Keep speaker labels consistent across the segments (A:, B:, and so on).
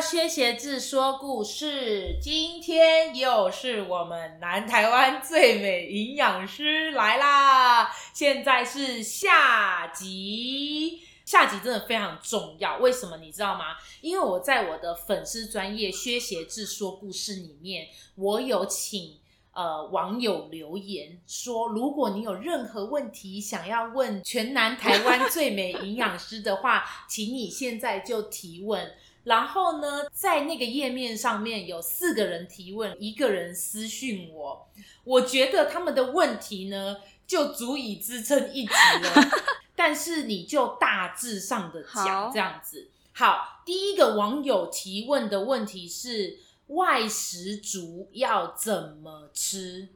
A: 薛鞋志说故事，今天又是我们南台湾最美营养师来啦！现在是下集，下集真的非常重要，为什么你知道吗？因为我在我的粉丝专业薛鞋志说故事里面，我有请。呃，网友留言说，如果你有任何问题想要问全南台湾最美营养师的话，请你现在就提问。然后呢，在那个页面上面有四个人提问，一个人私讯我。我觉得他们的问题呢，就足以支撑一集了。但是你就大致上的讲
B: 好
A: 这样子。好，第一个网友提问的问题是：外食族要怎么吃？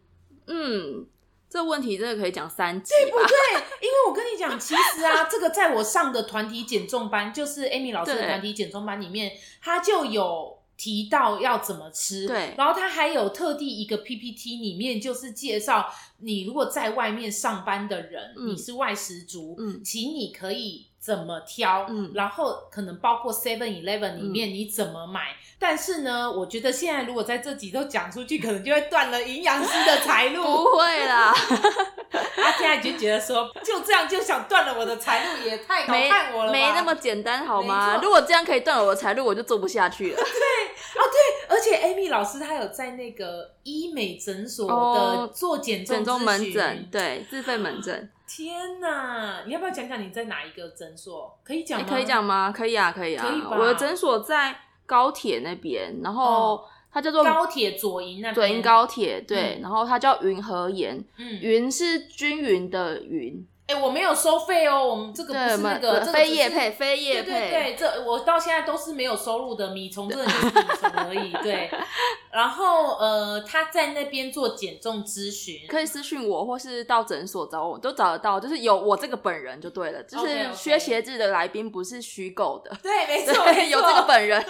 B: 嗯，这问题真的可以讲三集
A: 对不
B: 吧？
A: 对？因为我跟你讲，其实啊，这个在我上的团体减重班，就是 Amy 老师的
B: 对
A: 团体减重班里面，他就有提到要怎么吃。
B: 对
A: 然后他还有特地一个 PPT 里面，就是介绍你如果在外面上班的人，
B: 嗯
A: 你是外食族，
B: 嗯
A: 请你可以。怎么挑？
B: 嗯
A: 然后可能包括 Seven Eleven 里面你怎么买？但是呢，我觉得现在如果在这集都讲出去，可能就会断了营养师的财路。
B: 不 会啦，
A: 他现在就觉得说， 就这样就想断了我的财路，也太高
B: 没
A: 看我了吧
B: 没那么简单好
A: 没
B: 吗？
A: 错
B: 如果这样可以断了我的财路，我就做不下去了。
A: 而且 Amy 老师她有在那个医美诊所的
B: 哦
A: 做 减重
B: 诊
A: 咨
B: 中
A: 询
B: 门诊，。对，自费门诊，
A: 天哪！你要不要讲讲你在哪一个诊所？可以讲
B: 你
A: 吗？
B: 可以讲吗？可以啊，可以啊。
A: 可以吧
B: 我的诊所在高铁那边，然后它叫做
A: 哦高铁左营那边。
B: 左营，高铁，对
A: 嗯，
B: 然后它叫云和岩，
A: 嗯，
B: 云是均匀的云，
A: 哎、我没有收费哦，我们这个不
B: 对，我
A: 是那
B: 们
A: 个，这个
B: 非
A: 只
B: 业
A: 是
B: 配，非业
A: 对对
B: 配，
A: 对，这我到现在都是没有收入的，米虫真的就是米虫而已。对，然后呃，他在那边做减重咨询，
B: 可以私讯我，或是到诊所找我，都找得到，就是有我这个本人就对了。就是
A: OK，OK
B: 薛鞋志的来宾不是虚构的，
A: 对， 没错，没错
B: 对，有这个本人。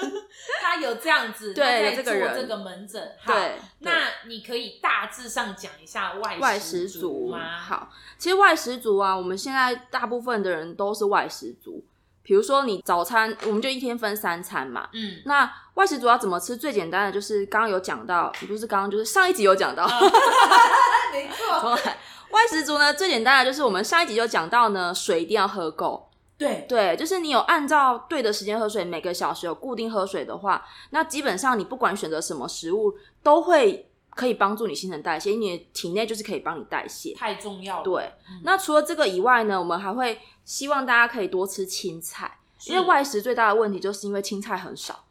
A: 他有这样子，
B: 对
A: 他在
B: 有这个
A: 做
B: 人
A: 这个门诊。好
B: 对，
A: 那你可以大致上讲一下
B: 对
A: 外
B: 外
A: 食
B: 食族
A: 吗？，
B: 好，其实外食族啊，我们现在大部分的人都是外食族。比如说你早餐，我们就一天分三餐嘛。
A: 嗯，
B: 那外食族要怎么吃？最简单的就是刚刚有讲到，不是刚刚就是上一集有讲到，
A: 没错，
B: 重来外食族呢，最简单的就是我们上一集有讲到呢，水一定要喝够。
A: 对，
B: 对，就是你有按照对的时间喝水，每个小时有固定喝水的话，那基本上你不管选择什么食物，都会可以帮助你新陈代谢，因为你的体内就是可以帮你代谢。
A: 太重要了。
B: 对
A: 嗯，
B: 那除了这个以外呢，我们还会希望大家可以多吃青菜，
A: 是，
B: 因为外食最大的问题就是因为青菜很少。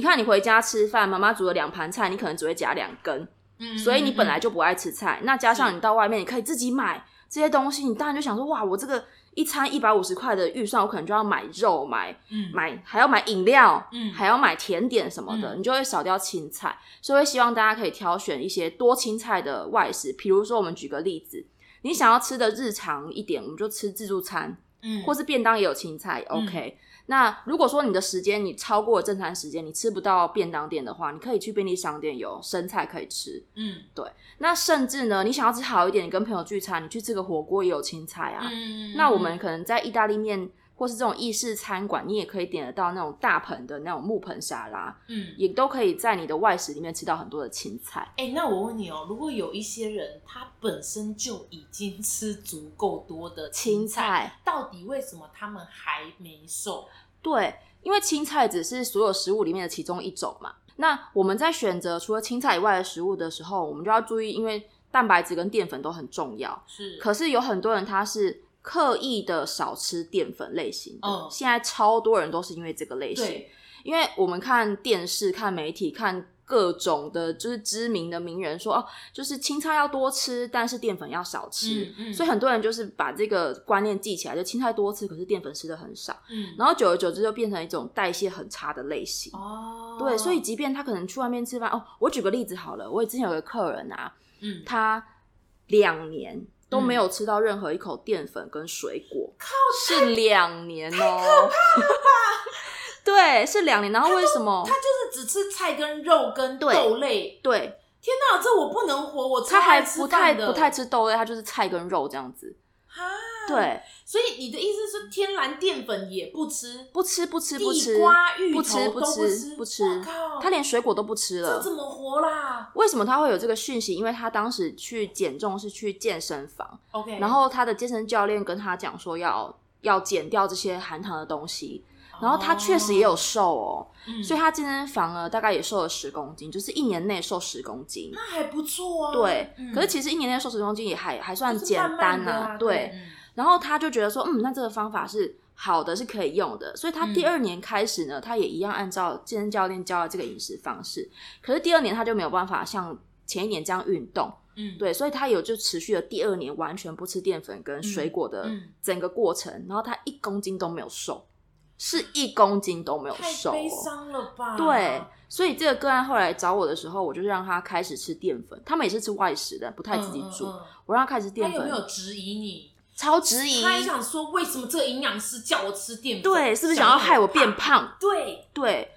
A: 嗯，
B: 看你回家吃饭，妈妈煮了两盘菜，你可能只会夹两根，
A: 嗯，
B: 所以你本来
A: 嗯
B: 就不爱吃菜，那加上
A: 是
B: 你到外面，你可以自己买这些东西，你当然就想说，哇，我这个一餐一百五十块的预算，我可能就要买肉、买
A: 嗯
B: 买还要买饮料，
A: 嗯
B: 还要买甜点什么的，
A: 嗯
B: 你就会少掉青菜，所以会希望大家可以挑选一些多青菜的外食，比如说我们举个例子。你想要吃的日常一点，我们就吃自助餐，
A: 嗯，
B: 或是便当也有青菜。
A: 嗯
B: OK，、那如果说你的时间你超过了正餐时间，你吃不到便当店的话，你可以去便利商店有生菜可以吃。
A: 嗯
B: 那甚至呢，你想要吃好一点，你跟朋友聚餐，你去吃个火锅也有青菜啊。
A: 嗯，
B: 那我们可能在意大利面或是这种意式餐馆，你也可以点得到那种大盆的那种木盆沙拉，
A: 嗯，
B: 也都可以在你的外食里面吃到很多的青菜。
A: 哎、那我问你哦，如果有一些人他本身就已经吃足够多的
B: 青
A: 菜，
B: 菜，
A: 到底为什么他们还没瘦？
B: 对，因为青菜只是所有食物里面的其中一种嘛。那我们在选择除了青菜以外的食物的时候，我们就要注意，因为蛋白质跟淀粉都很重要。
A: 是，
B: 可是有很多人他是刻意的少吃淀粉类型的，
A: 嗯
B: 现在超多人都是因为这个类型。
A: 对，
B: 因为我们看电视、看媒体、看各种的，就是知名的名人说哦，就是青菜要多吃，但是淀粉要少吃。
A: 嗯嗯，
B: 所以很多人就是把这个观念记起来，就青菜多吃，可是淀粉吃的很少，
A: 嗯，
B: 然后久而久之就变成一种代谢很差的类型。
A: 哦，
B: 对，所以即便他可能去外面吃饭，哦，我举个例子好了，我之前有个客人啊，
A: 嗯，
B: 他两年都没有吃到任何一口淀粉跟水
A: 嗯
B: 果，是两年哦， 对，是两年。然后为什么
A: 他？就是只吃菜跟肉跟
B: 对
A: 豆类。
B: 对，
A: 天哪，这我不能活！我超
B: 他还
A: 爱吃
B: 不
A: 饭
B: 太
A: 的
B: 不太吃豆类，他就是菜跟肉这样子。
A: 哈，，
B: 对，
A: 所以你的意思是天然淀粉也不吃，
B: 不吃不吃不吃
A: 地，瓜、芋
B: 不
A: 头
B: 吃
A: 都
B: 不
A: 吃，
B: 吃不吃
A: 哇靠，
B: 他连水果都不吃
A: 这
B: 了
A: 怎。么活啦
B: 为什么他会有这个讯息？因为他当时去减重是去健身房，
A: ？OK，
B: 然后他的健身教练跟他讲说要要减掉这些含糖的东西，然后他确实也有瘦哦，
A: 嗯，
B: 所以他健身房呢大概也瘦了十公斤，就是一年内瘦十公斤。
A: 那还不错啊。
B: 对，
A: 嗯
B: 可是其实一年内瘦十公斤也还还算
A: 就是
B: 简
A: 慢慢
B: 单
A: 的
B: 呐、
A: 啊，
B: 对，
A: 嗯
B: 然后他就觉得说，嗯，那这个方法是好的，是可以用的。所以他
A: 嗯
B: 第二年开始呢，他也一样按照健身教练教的这个饮食方式。可是第二年他就没有办法像前一年这样运动，
A: 嗯，
B: 对，所以他有就持续了第二年完全不吃淀粉跟水果的
A: 嗯嗯
B: 整个过程，然后他一公斤都没有瘦，是一公斤都没有
A: 太
B: 瘦、
A: 悲
B: 哦。
A: 伤啊了吧？
B: 对，所以这个个案后来找我的时候，我就是让他开始吃淀粉。他们也是吃外食的，不太自己煮。
A: 嗯嗯
B: 我让他开始吃
A: 嗯他
B: 淀
A: 有
B: 粉，
A: 没有质疑你？
B: 超质疑。
A: 他还想说，为什么这个营养师叫我吃淀粉？
B: 对，是不是想要害我变？胖？
A: 对，
B: 对，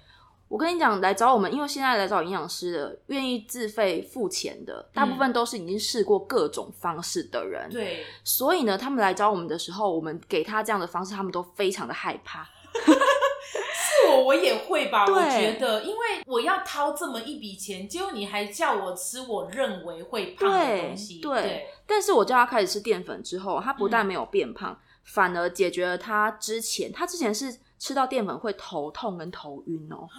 B: 我跟你讲，来找我们，因为现在来找营养师的，愿意自费付钱的，大部分都是已经试过各种方式的人。，
A: 嗯对，
B: 所以呢，他们来找我们的时候，我们给他这样的方式，他们都非常的害怕。
A: 是我我也会吧，
B: 对
A: 我觉得，因为我要掏这么一笔钱，结果你还叫我吃我认为会胖的东西，
B: 对
A: 对，
B: 但是我叫他开始吃淀粉之后，他不
A: 嗯
B: 但没有变胖，反而解决了他之前，他之前是吃到淀粉会头痛跟头晕哦，
A: 啊，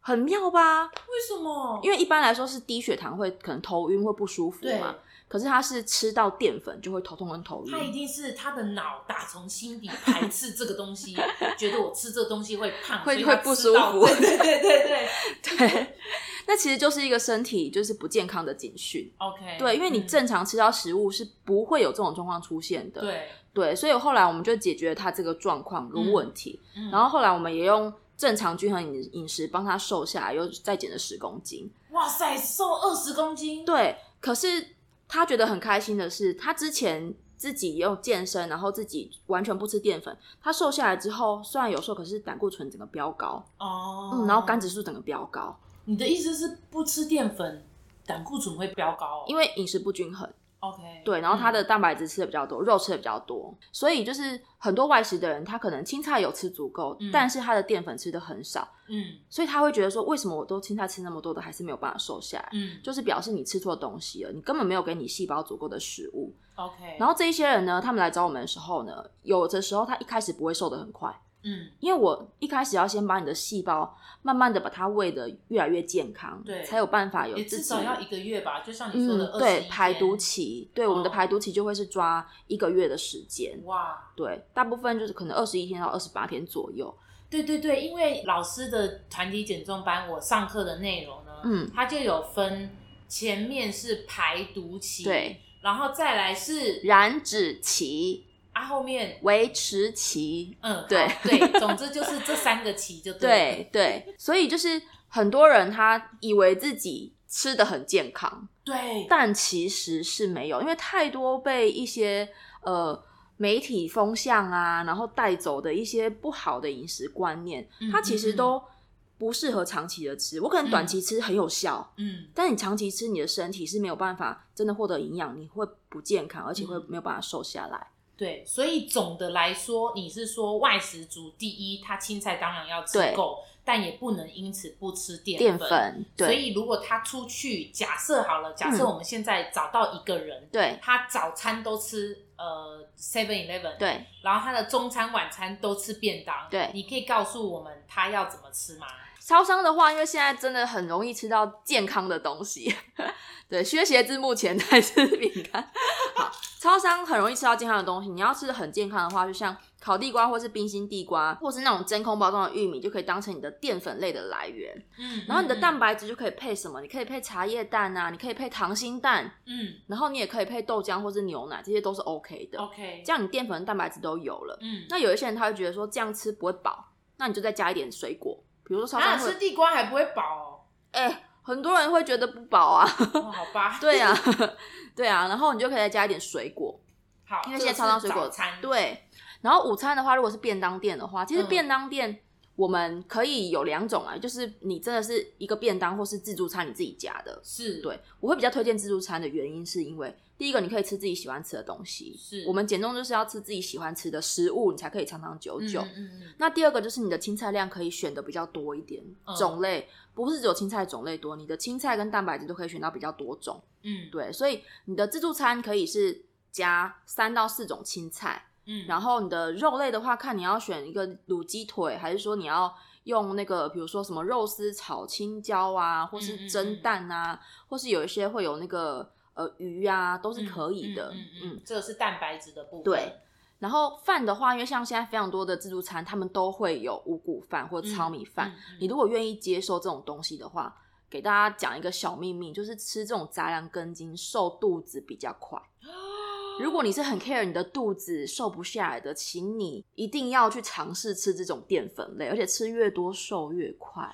B: 很妙吧？
A: 为什么？
B: 因为一般来说是低血糖会可能头晕会不舒服
A: 对，
B: 嘛，可是他是吃到淀粉就会头痛跟头
A: 他一
B: 晕。
A: 定是他的脑打从心底排斥这个东西，觉得我吃这个东西会胖，所
B: 会
A: 以他
B: 会不
A: 吃到
B: 舒服
A: 对对 对对对
B: 对， 那其实就是一个身体就是不健康的警讯。
A: ，OK，
B: 对，因为你
A: 嗯
B: 正常吃到食物是不会有这种状况出现的。
A: 对，
B: 对，所以后来我们就解决了他这个状况跟问题，
A: 嗯
B: 然后后来我们也用正常均衡饮饮食帮他瘦下来，又再减了十公斤。
A: 哇塞，瘦二十公斤，
B: 对，可是他觉得很开心的是，他之前自己用健身，然后自己完全不吃淀粉，他瘦下来之后，虽然有瘦，可是胆固醇整个飙高，
A: 哦，
B: 嗯，然后肝指数整个飙高，
A: 你的意思是不吃淀粉，胆固醇会飙高、哦？
B: 因
A: 为
B: 为饮食不均衡。
A: OK，
B: 对，然后他
A: 它
B: 的蛋白质吃的比较多，肉吃的比较多，所以就是很多外食的人，他可能青菜有吃足够，
A: 嗯
B: 但是他的淀粉吃的很少，
A: 嗯
B: 所以他会觉得说，为什么我都青菜吃那么多的，还是没有办法瘦下来？
A: 嗯
B: 就是表示你吃错东西了，你根本没有给你细胞足够的食物。
A: OK，
B: 然
A: 后
B: 后这一些人呢，他们来找我们的时候呢，有的时候他一开始不会瘦得很快，
A: 嗯
B: 因为我一开始要先把你的细胞慢慢的把它喂得越来越健康，
A: 对
B: 才有办法有
A: 也
B: 自
A: 至
B: 己
A: 少要一个月吧，就像你说的
B: 嗯
A: 21
B: 对
A: 天
B: 排毒，期，对我们的
A: 哦
B: 排毒期就会是抓一个月的时间，
A: 哇，
B: 对，大部分就是可能二十一天到二十八天左右，
A: 对对对，因为老师的团体减重班，我上课的内容呢，
B: 嗯，
A: 它就有分前面是排毒期，
B: 对，
A: 然后再来是
B: 燃脂期、
A: 啊后面。
B: 维持期，
A: 嗯，
B: 对
A: 好对，总之就是这三个期就对了
B: 对对，所以就是很多人他以为自己吃的很健康，
A: 对
B: 但其实是没有，因为太多被一些呃媒体风向啊，然后带走的一些不好的饮食观念
A: 嗯，
B: 它其实都不适合长期的吃。我可能短期吃很有效，
A: 嗯
B: 但你长期吃，你的身体是没有办法真的获得营养，你会不健康，而且会
A: 嗯
B: 没有办法瘦下来。
A: 对，所以总的来说，你是说外食族第一，他青菜当然要吃
B: 对
A: 够，但也不能因此不吃淀
B: 淀粉，
A: 所
B: 对
A: 以如果他出去，假设好了，假设
B: 嗯
A: 我们现在找到一个人，
B: 对
A: 他早餐都吃呃 Seven Eleven，，
B: 对，
A: 然后他的中餐晚餐都吃便当，
B: 对
A: 你可以告诉我们他要怎么吃吗？
B: 超商的话，因为现在真的很容易吃到健康的东西，对，薛鞋子目前在吃饼干。好，超商很容易吃到健康的东西，你要吃的很健康的话，就像烤地瓜或是冰心地瓜，或是那种真空包装的玉米，就可以当成你的淀粉类的来源。
A: 嗯
B: 然后你的蛋，白质就可以配什么？你可以配茶叶蛋啊，你可以配溏心蛋，
A: 嗯
B: 然后你也可以配豆浆或是牛奶，这些都是 OK 的。
A: ，OK，
B: 这样你淀粉、蛋白质都有了。
A: 嗯，
B: 那有一些人他会觉得说这样吃不会饱，那你就再加一点水果，比如说超
A: 啊
B: 商会
A: 吃地瓜还不会饱
B: 哎、很多人会觉得不饱啊，
A: 哦，哦好吧，
B: 对啊， 对啊，然后你就可以再加一点水果，
A: 好，
B: 因为现在
A: 这
B: 超商
A: 是
B: 水果
A: 早餐，
B: 对。然后午餐的话，如果是便当店的话，其实
A: 嗯
B: 便当店我们可以有两种啊，就是你真的是一个便当或是自助餐你自己加的。
A: 是，
B: 对，我会比较推荐自助餐的原因是因为，第一个，你可以吃自己喜欢吃的东西。
A: 是
B: 我们减重就是要吃自己喜欢吃的食物，你才可以长长久久。
A: 嗯嗯嗯
B: 那第二个就是你的青菜量可以选的比较多一点，
A: 嗯
B: 种类不是只有青菜种类多，你的青菜跟蛋白质都可以选到比较多种。
A: 嗯，
B: 对，所以你的自助餐可以是加三到四种青菜，
A: 嗯，
B: 然后你的肉类的话，看你要选一个卤鸡腿，还是说你要用那个，比如说什么肉丝炒青椒啊，或
A: 嗯嗯
B: 是
A: 嗯
B: 蒸蛋啊，或是有一些会有那个呃鱼啊，都是可以的。
A: 嗯嗯嗯嗯，这个是蛋白质的部分，
B: 对，然后饭的话，因为像现在非常多的自助餐，他们都会有五谷饭或糙米饭。
A: 嗯，嗯
B: 你如果愿意接受这种东西的话，给大家讲一个小秘密，就是吃这种杂粮根茎瘦肚子比较快。 如果你是很 care 你的肚子瘦不下来的，请你一定要去尝试吃这种淀粉类，而且吃越多瘦越快。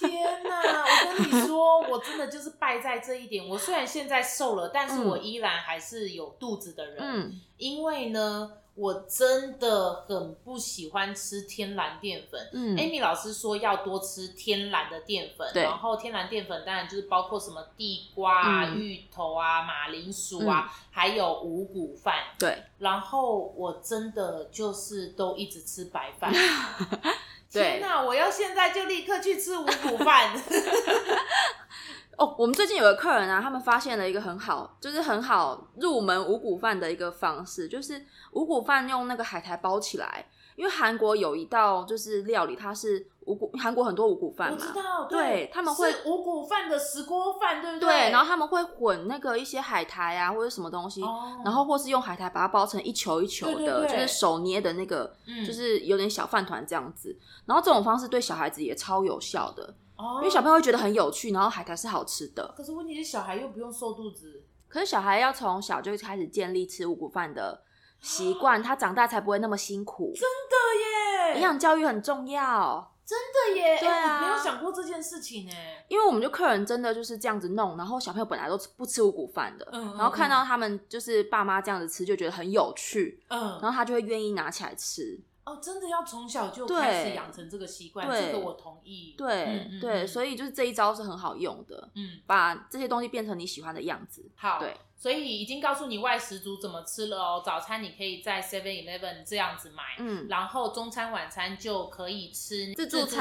A: 天哪！我跟你说，我真的就是败在这一点。我虽然现在瘦了，但是
B: 嗯
A: 我依然还是有肚子的人，
B: 嗯
A: 因为呢，我真的很不喜欢吃天然淀粉。
B: 嗯
A: Amy 老师说要多吃天然的淀粉，
B: 对
A: 然后天然淀粉当然就是包括什么地瓜啊、
B: 嗯
A: 芋头啊、马铃薯啊，还有五谷饭。
B: 对
A: 然后我真的就是都一直吃白饭。
B: 对
A: 天哪！我要现在就立刻去吃五谷饭。
B: 哦，我们最近有个客人啊，他们发现了一个很好，就是很好入门五谷饭的一个方式，就是五谷饭用那个海苔包起来，因为韩国有一道就是料理，它是五谷，韩国很多五谷饭
A: 我
B: 嘛，
A: 知道，
B: 对他们会
A: 是五谷饭的石锅饭，对不
B: 对，然后他们会混那个一些海苔啊，或者什么东西，
A: 哦
B: 然后或是用海苔把它包成一球一球的，
A: 对对对
B: 就是手捏的那个，
A: 嗯
B: 就是有点小饭团这样子。然后这种方式对小孩子也超有效的，
A: 哦
B: 因为小朋友会觉得很有趣，然后海苔是好吃的。
A: 可是问题是小孩又不用瘦肚子，
B: 可是小孩要从小就开始建立吃五谷饭的 习惯，他长大才不会那么辛苦。
A: 对耶，
B: 营养教育很重要。
A: 真的耶，
B: 对啊
A: 哎我没有想过这件事情哎，
B: 因为我们就客人真的就是这样子弄，然后小朋友本来都不吃五谷饭的，
A: 嗯嗯
B: 然后看到他们就是爸妈这样子吃，就觉得很有趣，
A: 嗯，
B: 然后他就会愿意拿起来吃。
A: 哦，真的要从小就
B: 对
A: 开始养成这个习惯，
B: 对
A: 这个我同意，
B: 对、
A: 嗯
B: 对，所
A: 以
B: 以就是这一招是很好用的，
A: 嗯，
B: 把这些东西变成你喜欢的样子。
A: 好，
B: 对，
A: 所以已经告诉你外食族怎么吃了哦，早餐你可以在 Seven Eleven 这样子买，
B: 嗯，
A: 然后中餐、晚餐就可以吃
B: 自
A: 助
B: 助餐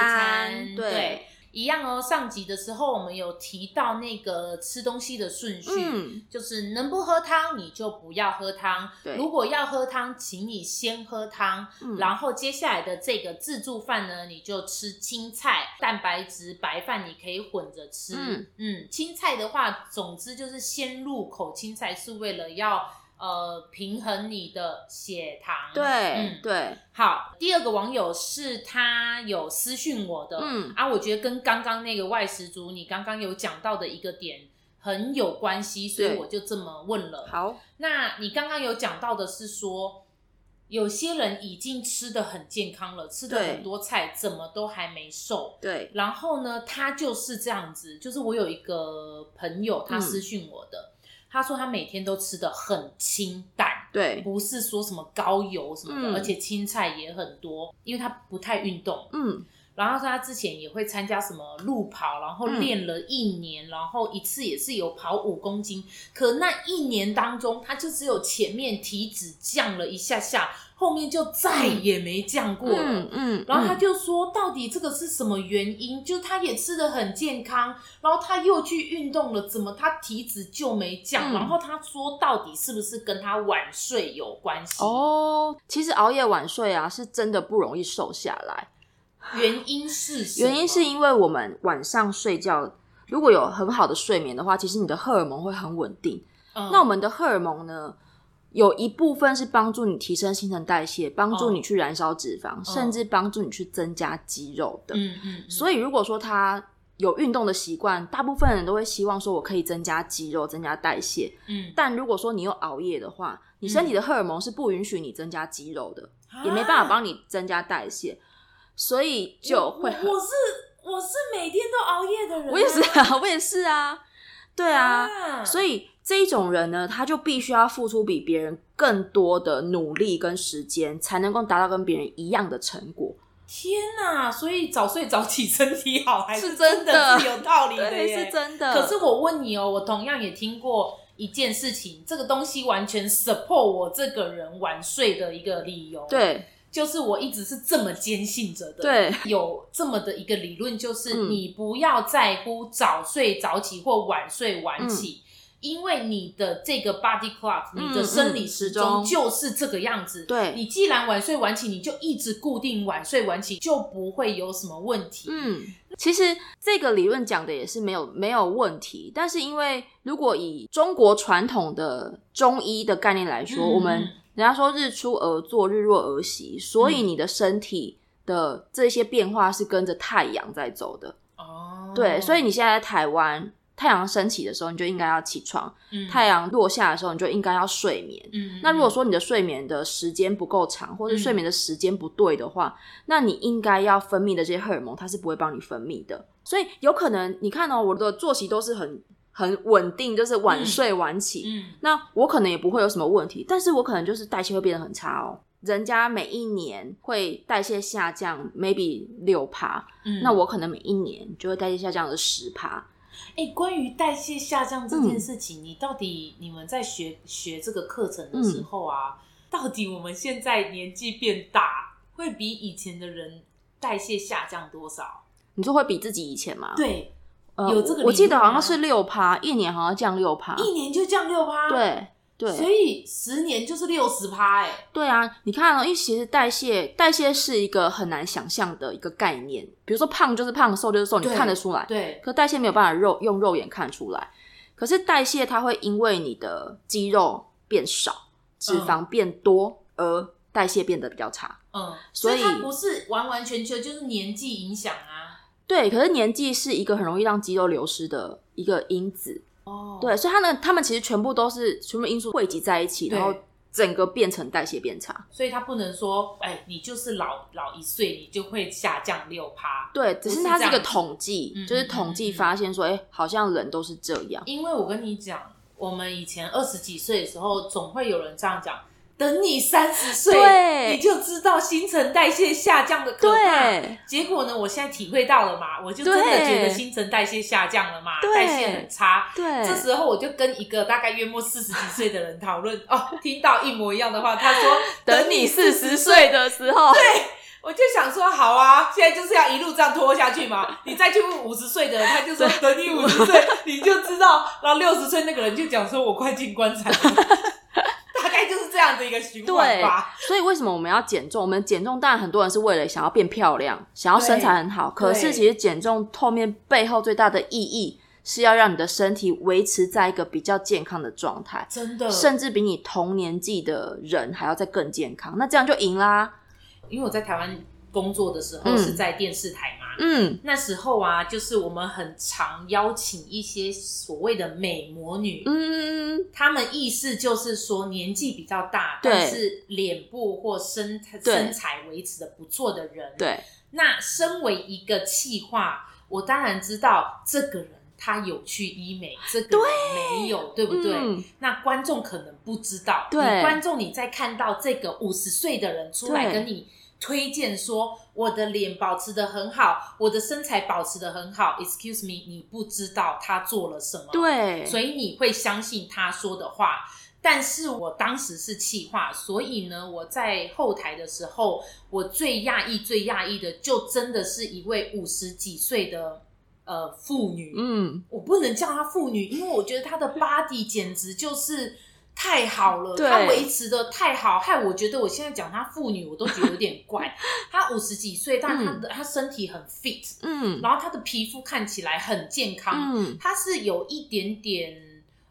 A: 餐，
B: 对
A: 一样哦。上集的时候我们有提到那个吃东西的顺序。
B: 嗯，
A: 就是能不喝汤你就不要喝汤，
B: 对
A: 如果要喝汤，请你先喝汤，
B: 嗯
A: 然后接下来的这个自助饭呢，你就吃青菜、蛋白质、白饭，你可以混着吃。
B: 嗯
A: 青菜的话，总之就是先入口青菜是为了要呃平衡你的血糖。
B: 对、
A: 嗯
B: 对，
A: 好，第二个网友是他有私讯我的，
B: 嗯
A: 啊，我觉得跟刚刚那个外食族你刚刚有讲到的一个点很有关系，所以
B: 对
A: 我就这么问了。
B: 好，
A: 那你刚刚有讲到的是说，有些人已经吃的很健康了，吃的
B: 对
A: 很多菜，怎么都还没瘦。
B: 对，
A: 然后呢，他就是这样子，就是我有一个朋友，他
B: 嗯
A: 私讯我的，他说他每天都吃的很清淡，
B: 对，
A: 不是说什么高油什么的，
B: 嗯
A: 而且青菜也很多，因为他不太运动。
B: 嗯，
A: 然后他说他之前也会参加什么路跑，然后
B: 嗯
A: 练了一年，然后一次也是有跑五公斤。可那一年当中，他就只有前面体脂降了一下下，后面就再也没降过了。
B: 嗯嗯，
A: 然后他
B: 嗯
A: 就说，到底这个是什么原因？就他也吃的很健康，然后他又去运动了，怎么他体脂就没降？
B: 嗯
A: 然后他说，到底是不是跟他晚睡有关系？，
B: 哦，其实熬夜晚睡啊，是真的不容易瘦下来。
A: 原因是什么
B: 原因是因为我们晚上睡觉，如果有很好的睡眠的话，其实你的荷尔蒙会很稳定。
A: 嗯
B: 那我们的荷尔蒙呢，有一部分是帮助你提升新陈代谢，帮助你去燃烧脂肪，甚至帮助你去增加肌肉的。
A: 嗯嗯，
B: 所以如果说他有运动的习惯，大部分人都会希望说我可以增加肌肉、增加代谢。
A: 嗯，
B: 但如果说你又熬夜的话，你身体的荷尔蒙是不允许你增加肌肉的，
A: 嗯
B: 也没办法帮你增加代谢，所以就会很
A: 我我是我是每天都熬夜的人啊、
B: 我也是啊，我也是啊，对啊，所
A: 以
B: 以这一种人呢，他就必须要付出比别人更多的努力跟时间，才能够达到跟别人一样的成果。
A: 天哪、所以早睡早起身体好还
B: 是
A: 真
B: 真的
A: 是有道理的
B: 对，
A: 耶。
B: 是真的。
A: 可是我问你哦，我同样也听过。一件事情，这个东西完全 support 我这个人晚睡的一个理由。，
B: 对
A: 就是我一直是这么坚信着的。，
B: 对
A: 有这么的一个理论，就是
B: 嗯
A: 你不要在乎早睡早起或晚睡晚起。因为你的这个 body clock，、
B: 嗯
A: 你的生理
B: 嗯
A: 时
B: 时
A: 钟
B: 钟
A: 就是这个样子。
B: 对，
A: 你既然晚睡晚起，你就一直固定晚睡晚起，就不会有什么问题。
B: 嗯，其实这个理论讲的也是没有没有问题，但是因为如果以中国传统的中医的概念来说，
A: 嗯
B: 我们
A: 嗯
B: 人家说日出而作，日落而息，所以你的身体的这些变化是跟着太阳在走的。
A: 哦，
B: 对，所以你现在在台湾，太阳升起的时候你就应该要起床，
A: 你
B: 太阳落下的时候你就应该要睡眠。
A: 嗯，
B: 那如果说你的睡眠的时间不够长，或者
A: 嗯
B: 睡眠的时间不对的话，那你应该要分泌的这些荷尔蒙，它是不会帮你分泌的。所以有可能你看哦，我的作息都是很很稳定，就是晚睡晚起。
A: 嗯
B: 那我可能也不会有什么问题，但是我可能就是代谢会变得很差哦。人家每一年会代谢下降，maybe 六趴，
A: 嗯，
B: 那我可能每一年就会代谢下降的十趴。
A: 哎、关于代谢下降这
B: 嗯
A: 件事情，你到底你们在学学这个课程的
B: 嗯
A: 时候啊，到底我们现在年纪变大，会比以前的人代谢下降多少？
B: 你说会比自己以前吗？，
A: 对，
B: 呃、
A: 有这个
B: 我我记得好
A: 理论吗
B: 像是六趴，一年好像降六趴。
A: 一年就降六趴，，
B: 对
A: 所
B: 对
A: 以十年就是六十趴，哎、
B: 对啊！你看哦，因为其实代谢代谢是一个很难想象的一个概念。比如说胖就是胖，瘦就是瘦，你
A: 对
B: 看得出来。
A: 对，
B: 可代谢没有办法肉用肉眼看出来。可是代谢它会因为你的肌肉变少，脂肪变多，而代谢变得比较差。
A: 嗯，
B: 所以
A: 它不是完完全全就是年纪影响啊，
B: 对，可是年纪是一个很容易让肌肉流失的一个因子。
A: 哦，
B: 对，所以它呢，他们其实全部都是全部因素汇集在一起，
A: 对
B: 然后整个变成代谢变差。
A: 所以它不能说，哎、你就是老老一岁，你就会下降六趴，
B: 对，只是它是一
A: 不是这
B: 个
A: 样子
B: 统计
A: 嗯，
B: 就是统
A: 嗯
B: 计
A: 嗯
B: 发现说，哎、好像人都是这样。
A: 因为我跟你讲，我们以前二十几岁的时候，总会有人这样讲：等你三十岁，
B: 对
A: 你就知道新陈代谢下降的可怕。
B: 对
A: 结果呢，我现在体会到了嘛，我就真的
B: 对
A: 觉得新陈代谢下降了嘛，
B: 对
A: 代谢很差。
B: 对，
A: 这时候我就跟一个大概约莫四十几岁的人讨论，哦，听到一模一样的话，他说
B: 等你四十岁的时候，
A: 我就想说，好啊，现在就是要一路这样拖下去 嘛。你再去问五十岁的人，他就说等你五十岁，你就知道。然后六十岁那个人就讲说，我快进棺 材了。大概就是这样的一个循环
B: 对
A: 吧。，
B: 所以为什么我们要减重？我们减重当然很多人是为了想要变漂亮，想要身材很好，可
A: 对
B: 是其实减重后面背后最大的意义是要让你的身体维持在一个比较健康的状态，
A: 真的，
B: 甚至比你同年纪的人还要再更健康，那这样就赢啦。
A: 因为我在台湾工作的时候
B: 嗯
A: 是在电视台嘛，
B: 嗯，
A: 那时候啊，就是我们很常邀请一些所谓的美魔女，
B: 嗯，
A: 她们意思就是说年纪比较大，
B: 对
A: 但是脸部或身
B: 对
A: 身材维持的不错的人，
B: 对，
A: 那身为一个企划，我当然知道这个人他有去医美，这个人没有，对不对？
B: 嗯
A: 那观众可能不知道，
B: 对
A: 你观众你在看到这个五十岁的人出来
B: 对
A: 跟你推荐说我的脸保持的很好，我的身材保持的很好，excuse me，你不知道他做了什么，
B: 对，
A: 所以你会相信他说的话。但是我当时是气话，所以呢，我在后台的时候，我最讶异、最讶异的，就真的是一位五十几岁的呃妇女。
B: 嗯，
A: 我不能叫她妇女，因为我觉得她的 body 简直就是太好了，
B: 对
A: 她维持的太好，害我觉得我现在讲她妇女，我都觉得有点 怪。她五十几岁，但她的、她身体很 fit，
B: 嗯，
A: 然后她的皮肤看起来很健康，
B: 嗯，
A: 它是有一点点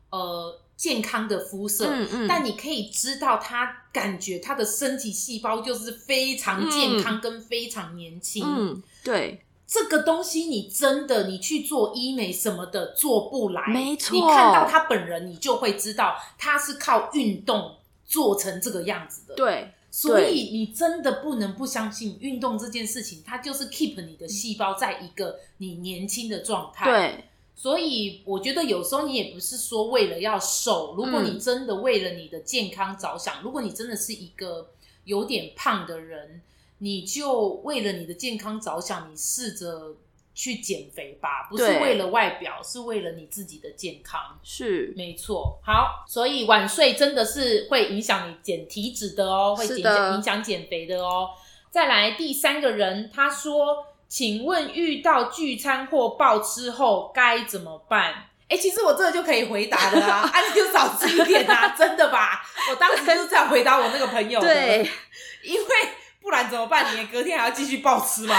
A: 呃健康的肤色，
B: 嗯嗯，
A: 但你可以知道他感觉他的身体细胞就是非常健康跟非常年轻。
B: 嗯，对，
A: 这个东西你真的你去做医美什么的做不来，
B: 没错
A: 你看到他本人，你就会知道他是靠运动做成这个样子的。。
B: 对，
A: 所以你真的不能不相信运动这件事情，它就是 keep 你的细胞在一个你年轻的状态。
B: 对，
A: 所以我觉得有时候你也不是说为了要瘦，如果你真的为了你的健康着想，如果你真的是一个有点胖的人，你就为了你的健康着想，你试着去减肥吧，不是
B: 对
A: 为了外表，是为了你自己的健康。
B: 是
A: 没错，好，所以晚睡真的是会影响你减体脂的哦，会
B: 是
A: 影
B: 的
A: 响影响减肥的哦。再来第三个人，他说：“请问遇到聚餐或暴吃后该怎么办？”哎、其实我这个就可以回答的 啦，啊，你就少吃一点 啊，真的吧？我当时就是这样回答我那个朋友的，
B: 对，
A: 因为不然怎么办？你隔天还要继续暴吃吗？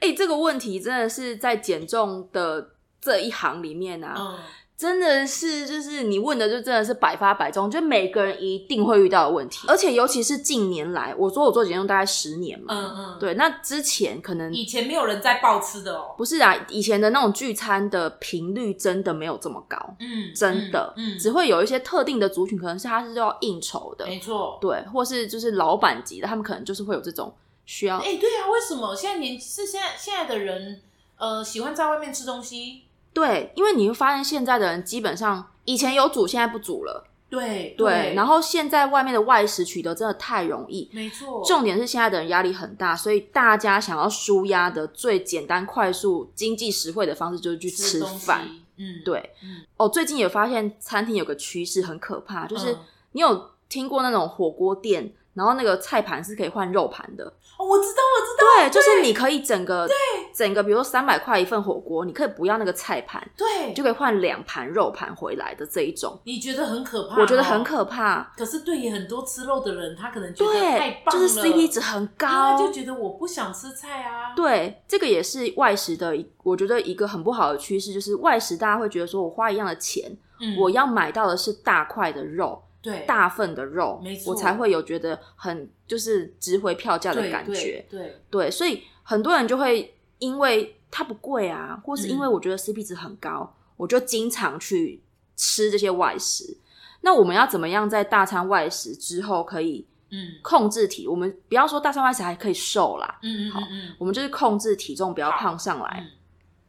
B: 哎、这个问题真的是在减重的这一行里面啊，
A: 嗯，
B: 真的是，就是你问的，就真的是百发百中，就每个人一定会遇到的问题。而且尤其是近年来，我说我做减重大概十年嘛，
A: 嗯嗯
B: 对，那之前可能
A: 以前没有人在暴吃的哦，
B: 不是啊，以前的那种聚餐的频率真的没有这么高，
A: 嗯，
B: 真的，
A: 嗯，哎
B: 只会有一些特定的族群，可能是他是要应酬的，
A: 没错，
B: 对，或是就是老板级的，他们可能就是会有这种需要。
A: 哎、对啊，为什么现在年是现在现在的人，呃，喜欢在外面吃东西？
B: 对，因为你会发现现在的人基本上以前有煮，现在不煮了，
A: 对
B: 对，然
A: 后
B: 后现在外面的外食取得真的太容易，
A: 没错，
B: 重点是现在的人压力很大，所以大家想要舒压的最简单、快速、经济实惠的方式就是去吃
A: 东西
B: 饭。，
A: 嗯，
B: 对
A: 嗯，
B: 哦，最近有发现餐厅有个趋势很可怕，就是
A: 嗯
B: 你有听过那种火锅店，然后那个菜盘是可以换肉盘的，
A: 哦，我知道，我知道，
B: 对，就是你可以整个整个，比如说三百块一份火锅，你可以不要那个菜盘，
A: 对，
B: 你就可以换两盘肉盘回来的这一种，
A: 你觉得很可怕、哦
B: 我觉得很，可怕。
A: 可是对于很多吃肉的人，他可能觉得太
B: 对，
A: 棒
B: 就
A: 了，
B: 是 CP 值很
A: 他
B: 高，
A: 就觉得我不想吃菜啊，，
B: 对，这个也是外食的一，我觉得一个很不好的趋势，就是外食大家会觉得说我花一样的钱，
A: 嗯，
B: 我要买到的是大块的肉、
A: 对
B: 大份的肉
A: 没，错
B: 我才会有觉得很就是值回票价的
A: 对
B: 感
A: 对
B: 觉。
A: 对，
B: 对，所以很多人就会因为它不贵啊，或是因为
A: 嗯
B: 我觉得 CP 值很高，我就经常去吃这些外食。那我们要怎么样在大餐外食之后可以
A: 嗯
B: 控制体？我们不要说大餐外食还可以瘦啦，
A: 嗯嗯
B: 好
A: 嗯嗯，
B: 我们就是控制体重，不要胖上来。
A: 嗯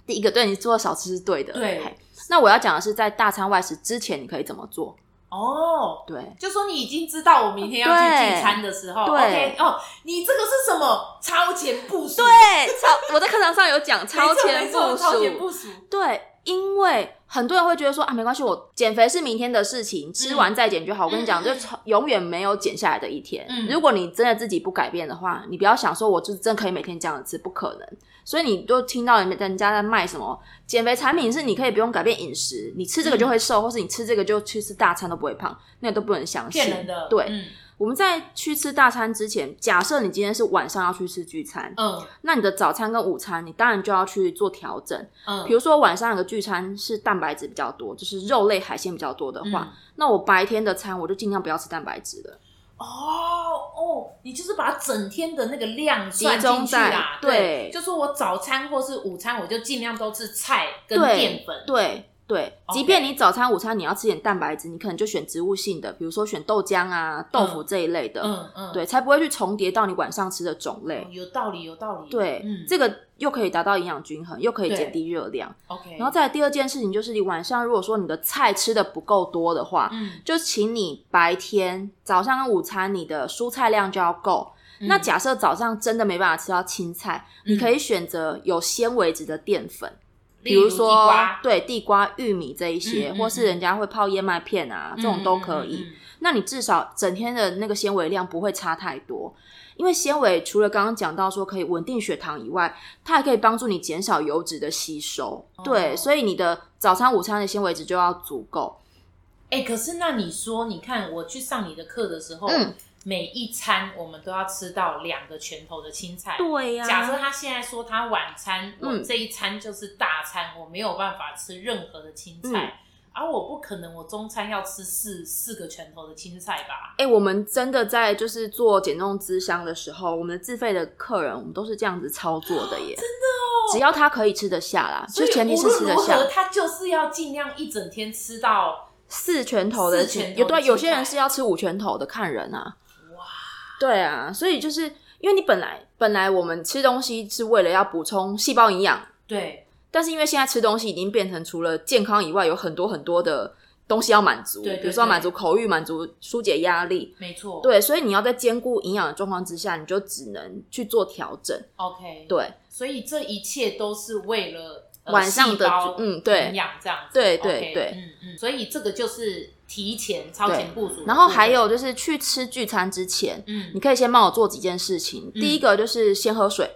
B: 第一个，对你做少吃是对的。
A: 对
B: 嘿。那我要讲的是，在大餐外食之前，你可以怎么做？
A: 哦，
B: 对，
A: 就说你已经知道我明天要去
B: 对
A: 聚餐的时候
B: 对
A: ，OK，哦，你这个是什么超前部署？
B: 对，超我在课堂上有讲超前
A: 没错
B: 部
A: 没错超前
B: 署。
A: 部署，
B: 对，因为很多人会觉得说啊，没关系，我减肥是明天的事情，吃完再减就好。我跟你
A: 嗯
B: 讲，就超永远没有减下来的一天。
A: 嗯
B: 如果你真的自己不改变的话，你不要想说我就真可以每天这样吃，不可能。所以你就听到人人家在卖什么减肥产品，是你可以不用改变饮食，你吃这个就会
A: 嗯
B: 瘦，或是你吃这个就去吃大餐都不会胖，那个都不能相信。
A: 骗人的，
B: 对，
A: 嗯
B: 我们在去吃大餐之前，假设你今天是晚上要去吃聚餐，
A: 嗯
B: 那你的早餐跟午餐，你当然就要去做调整。
A: 嗯，
B: 比如说晚上有个聚餐是蛋白质比较多，就是肉类海鲜比较多的
A: 嗯
B: 话，那我白天的餐我就尽量不要吃蛋白质了，
A: 哦哦，你就是把整天的那个量算
B: 集中
A: 进去啦
B: 在，对
A: 就说我早餐或是午餐，我就尽量都吃菜跟
B: 对
A: 淀粉，
B: 对。对，
A: OK
B: 即便你早餐、午餐你要吃点蛋白质，你可能就选植物性的，比如说选豆浆啊、豆腐这一类的，
A: 嗯嗯，
B: 对，才不会去重叠到你晚上吃的种类。
A: 哦，有道理有道理，
B: 对，
A: 嗯，
B: 这个又可以达到营养均衡，又可以
A: 对
B: 减低热量。
A: OK，
B: 然后再来第二件事情就是，你晚上如果说你的菜吃的不够多的话，
A: 嗯，
B: 就请你白天早上跟午餐你的蔬菜量就要够。
A: 嗯
B: 那假设早上真的没办法吃到青菜，
A: 嗯
B: 你可以选择有纤维质的淀粉，
A: 例
B: 比如
A: 地
B: 说
A: 瓜
B: 对地瓜、玉米这一些，
A: 嗯嗯
B: 或是人家会泡燕麦片啊，这种都可以。
A: 嗯嗯嗯嗯
B: 那你至少整天的那个纤维量不会差太多，因为纤维除了刚刚讲到说可以稳定血糖以外，它还可以帮助你减少油脂的吸收。
A: 哦
B: 对，所以你的早餐、午餐的纤维质就要足够。
A: 哎、可是那你说，你看我去上你的课的时候，
B: 嗯
A: 每一餐我们都要吃到两个拳头的青菜。
B: 对呀
A: 假设他现在说他晚餐，我
B: 嗯
A: 这一餐就是大餐，我没有办法吃任何的青菜，
B: 嗯
A: 而、我不可能我中餐要吃四四个拳头的青菜吧？
B: 哎、我们真的在就是做减重咨商的时候，我们的自费的客人，我们都是这样子操作的
A: 啊
B: 耶。真的哦，只要他可以吃得下啦，就
A: 所以
B: 前提是
A: 无论
B: 吃得
A: 如
B: 下
A: 何，他就是要尽量一整天吃到
B: 四拳头的
A: 四拳头的
B: 有对，有
A: 青
B: 些人
A: 菜
B: 是要吃五拳头的，看人啊。
A: 哇，
B: 对啊，所以就是因为你本来本来我们吃东西是为了要补充细胞营养，
A: 对
B: 但是因为现在吃东西已经变成除了健康以外，有很多很多的东西要满足，
A: 对对
B: 比如说要
A: 对
B: 满足口欲、满足疏解压力，
A: 没错，
B: 对，所以你要在兼顾营养的状况之下，你就只能去做调整。
A: ，OK，，
B: 对，
A: 所以这一切都是为了、呃、
B: 晚上
A: 细
B: 的
A: 胞
B: 嗯对
A: 营养这样子，
B: 对
A: OK，
B: 对对
A: 嗯嗯，所以这个就是提前超前部署，
B: 然后还，有就是去吃聚餐之前，
A: 嗯，
B: 你可以先帮我做几件事情。第一个就是先喝水，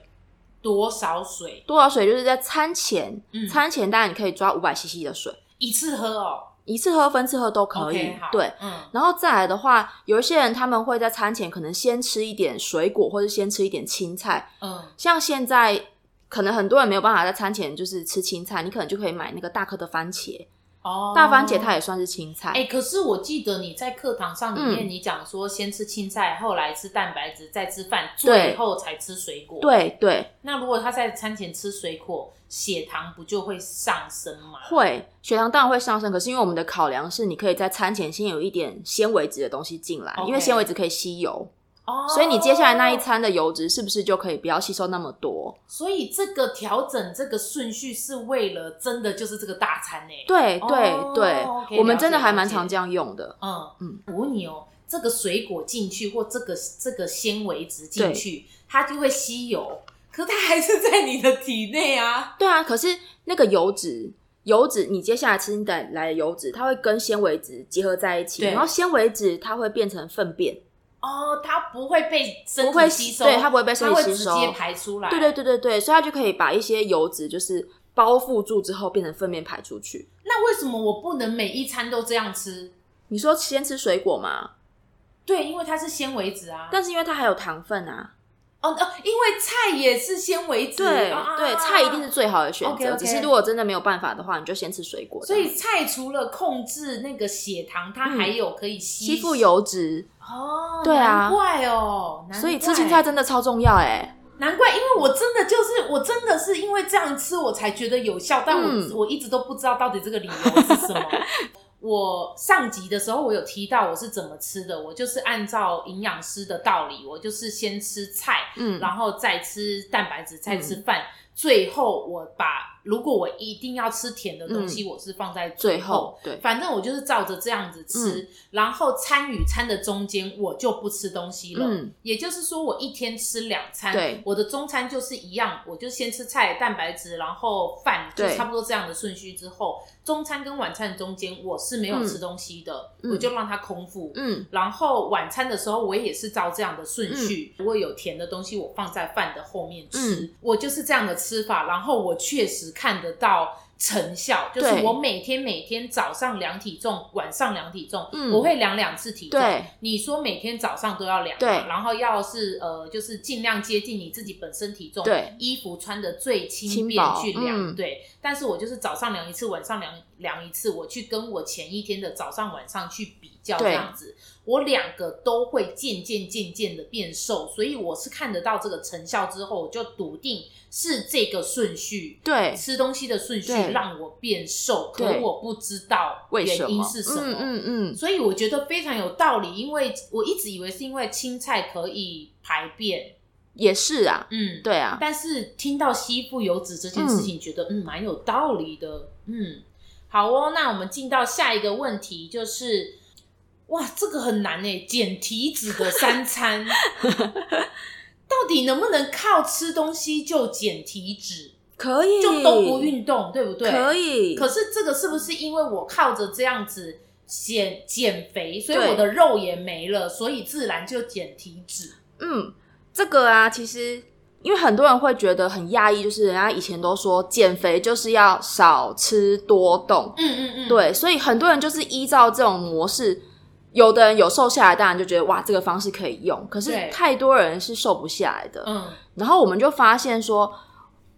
A: 多少水
B: 多少水就是在餐前，
A: 嗯
B: 餐前当然你可以抓五百 CC 的水，
A: 一次喝哦，
B: 一次喝、分次喝都可以。
A: OK，好
B: 对，，
A: 嗯
B: 然后再来的话，有一些人他们会在餐前可能先吃一点水果，或者先吃一点青菜。
A: 嗯，
B: 像现在可能很多人没有办法在餐前就是吃青菜，你可能就可以买那个大颗的番茄，
A: 哦，
B: 大番茄它。也算是青菜。
A: 哎、可是我记得你在课堂上里面，
B: 嗯
A: 你讲说先吃青菜，后来吃蛋白质，再吃饭，
B: 对
A: 最后才吃水果。，
B: 对对，
A: 那如果他在餐前吃水果，血糖不就会上升吗？
B: 会血糖当然会上升，可是因为我们的考量是，你可以在餐前先有一点纤维质的东西进来，因为
A: OK
B: 纤维质可以吸油，
A: 哦，
B: 所以你接下来那一，餐的油脂是不是就可以不要吸收那么多？
A: 哦所以这个调整这个顺序是为了真的就是这个大餐呢、，
B: 对
A: 哦
B: 对、对
A: OK，
B: 我们
A: 了
B: 真的
A: 解
B: 还
A: 了
B: 蛮
A: 解
B: 常这样用的。
A: 嗯
B: 嗯
A: 嗯，我问你哦，这个水果进去或这个这个纤维质进去，它就会吸油，可它还是在你的体内啊。
B: 对啊，可是那个油脂，油脂你接下来吃的来的油脂，它会跟纤维质结合在一起，
A: 对
B: 然后纤维质它会变成粪便，
A: 哦，它不会被身
B: 不会
A: 体吸收，
B: 对，它不会被身
A: 它会
B: 体吸
A: 直
B: 收，
A: 接排出来。
B: 对对。对对对，所以它就可以把一些油脂就是包覆住之后变成粪便排出去。
A: 那为什么我不能每一餐都这样吃？
B: 你说先吃水果嘛，
A: 对，因为它是纤维质啊。
B: 但是因为它还有糖分啊，
A: 哦哦，因为菜也是纤维质，
B: 对、
A: 啊
B: 对，菜一定是。最好的选择。
A: OK，OK
B: 只是如果真的没有办法的话，你就先吃水果这
A: 所
B: 样。
A: 以菜除了控制那个血糖，它
B: 嗯
A: 还有可以吸
B: 吸附油脂，
A: 哦，
B: 对啊
A: 难怪哦，难怪
B: 所以吃青菜真的超重要哎、
A: 难怪，因为我真的就是我真的是因为这样吃我才觉得有效，但我、
B: 嗯
A: 我一直都不知道到底这个理由是 什么。我上集的时候我有提到我是怎么吃的，我就是按照营养师的道理，我就是先吃菜，
B: 嗯，
A: 然后再吃蛋白质，再吃饭，最后我把如果我一定要吃甜的东西，我是放在
B: 嗯最
A: 最后。
B: 后嗯对，
A: 反正我就是照着这样子吃，然后餐与餐的中间我就不吃东西了。
B: 嗯
A: 也就是说，我一天吃两餐，
B: 对
A: 我的中餐就是一样，我就先吃菜、蛋白质，然后饭，就
B: 对
A: 差不多这样的顺序。之后，中餐跟晚餐中间我是没有
B: 嗯
A: 吃东西的，
B: 嗯
A: 我就让它空腹。
B: 嗯
A: 然后晚餐的时候，我也是照这样的顺
B: 嗯
A: 序，如果有甜的东西，我放在饭的后面吃。我就是这样的吃法，然后我确实看得到成效，就是
B: 对
A: 我每天每天早上量体重，晚上量体重，
B: 嗯
A: 我会量两次体重。
B: 对，
A: 你说每天早上都要量嘛，
B: 对
A: 然后要是呃，就是尽量接近你自己本身体重，
B: 对，
A: 衣服穿的最轻
B: 轻
A: 便
B: 薄
A: 去量，
B: 嗯
A: 对。但是我就是早上量一次，晚上量量一次，我去跟我前一天的早上晚上去比较这
B: 对
A: 样子，我两个都会渐渐渐渐的变瘦，所以我是看得到这个成效之后，我就笃定是这个顺序。
B: 对，
A: 吃东西的顺序
B: 对
A: 让我变瘦，可
B: 对
A: 我不知道
B: 为
A: 原
B: 什
A: 因
B: 么？
A: 是什么。
B: 嗯嗯嗯，
A: 所以我觉得非常有道理，因为我一直以为是因为青菜可以排便，
B: 也是啊，
A: 嗯，。
B: 对啊，
A: 但是听到吸附油脂这件事情，觉得嗯蛮有道理的，嗯，好哦。那我们进到下一个问题，就是哇，这个很难诶，减体脂的三餐，到底能不能靠吃东西就减体脂，
B: 可以，
A: 就都不运动，对不对？
B: 可以，
A: 可是这个是不是因为我靠着这样子减减肥，所以
B: 对
A: 我的肉也没了，所以自然就减体脂？
B: 嗯，这个啊，其实因为很多人会觉得很压抑，就是人家以前都说减肥就是要少吃多动，
A: 嗯嗯嗯，
B: 对，所以很多人就是依照这种模式。有的人有瘦下来，当然就觉得哇，这个方式可以用。可是
A: 对
B: 太多人是瘦不下来的。
A: 嗯，
B: 然后我们就发现说，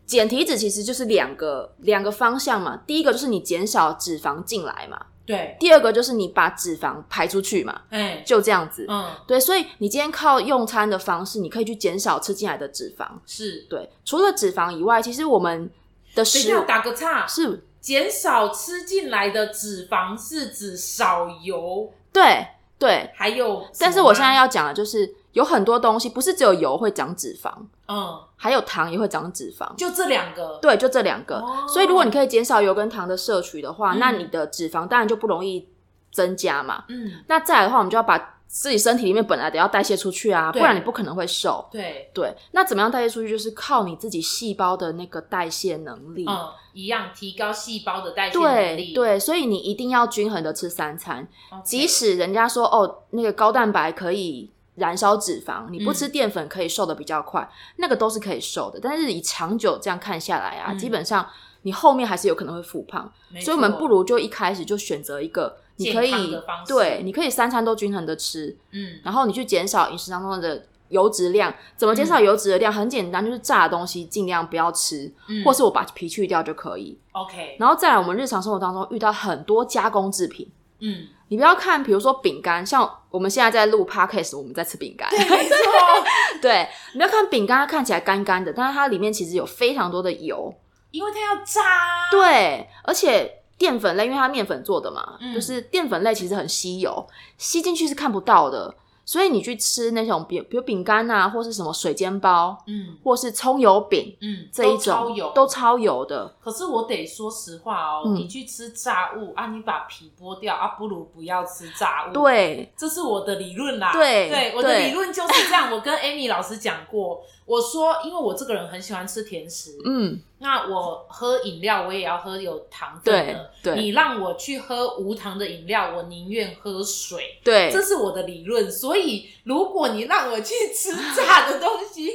B: 减体脂其实就是两个两个方向嘛。第一个就是你减少脂肪进来嘛，
A: 对，
B: 第二个就是你把脂肪排出去嘛，
A: 哎、
B: 就这样子。
A: 嗯，
B: 对，所以你今天靠用餐的方式，你可以去减少吃进来的脂肪。
A: 是。
B: 对，除了脂肪以外，其实我们的
A: 等一
B: 食
A: 下
B: 物
A: 打个岔，
B: 是
A: 减少吃进来的脂肪是指少油，
B: 对对，
A: 还有什么啊吗，
B: 但是我现在要讲的就是，有很多东西不是只有油会长脂肪，
A: 嗯，
B: 还有糖也会长脂肪。
A: 就这两个，
B: 对，就这两个。
A: 哦
B: 所以如果你可以减少油跟糖的摄取的话，
A: 嗯
B: 那你的脂肪当然就不容易增加嘛。
A: 嗯，
B: 那再来的话，我们就要把自己身体里面本来得要代谢出去啊，不
A: 对
B: 然你不可能会瘦。
A: 对，
B: 对，那怎么样代谢出去，就是靠你自己细胞的那个代谢能力。
A: 嗯，一样提高细胞的代谢能
B: 对
A: 力。
B: 对，所以你一定要均衡的吃三餐，
A: OK，嗯
B: 即使人家说哦，那个高蛋白可以燃烧脂肪，你
A: 嗯
B: 不吃淀粉可以瘦的比较快，那个都是可以瘦的。但是你长久这样看下来啊，
A: 嗯
B: 基本上你后面还是有可能会复胖，
A: 没
B: 所以我们
A: 错
B: 不如就一开始就选择一个你可
A: 健康
B: 以
A: 的方式
B: 对，你可以三餐都均衡的吃，
A: 嗯
B: 然后你去减少饮食当中的油脂量。怎
A: 嗯
B: 么减少油脂的量？很简单，就是炸的东西尽量不要吃，
A: 嗯，
B: 或是我把皮去掉就可以。
A: OK，
B: 然后再来，我们日常生活当中遇到很多加工制品。
A: 嗯，
B: 你不要看，比如说饼干，像我们现在在录 podcast，我们在吃饼干，
A: 没错，
B: 对，你不要看饼干，它看起来干干的，但是它里面其实有非常多的油，
A: 因为它要炸，，啊
B: 对，而且淀粉类，因为它面粉做的嘛，
A: 嗯
B: 就是淀粉类其实很吸油，吸进去是看不到的，所以你去吃那种比比如饼干啊，或是什么水煎包，
A: 嗯
B: 或是葱油饼
A: 嗯，
B: 这一
A: 都超
B: 种
A: 油
B: 都超油的，
A: 可是我得说实话哦，
B: 嗯
A: 你去吃炸物啊，你把皮剥掉啊，不如不要吃炸物。，
B: 对，
A: 这是我的理论啦。
B: 对
A: 对，我的
B: 对
A: 理论就是这样。我跟 Amy 老师讲过，我说因为我这个人很喜欢吃甜食，
B: 嗯，
A: 那我喝饮料我也要喝有糖分
B: 对
A: 的。你
B: 对
A: 让我去喝无糖的饮料，我宁愿喝水，这
B: 对
A: 是我的理论。所以，如果你让我去吃炸的东 西，又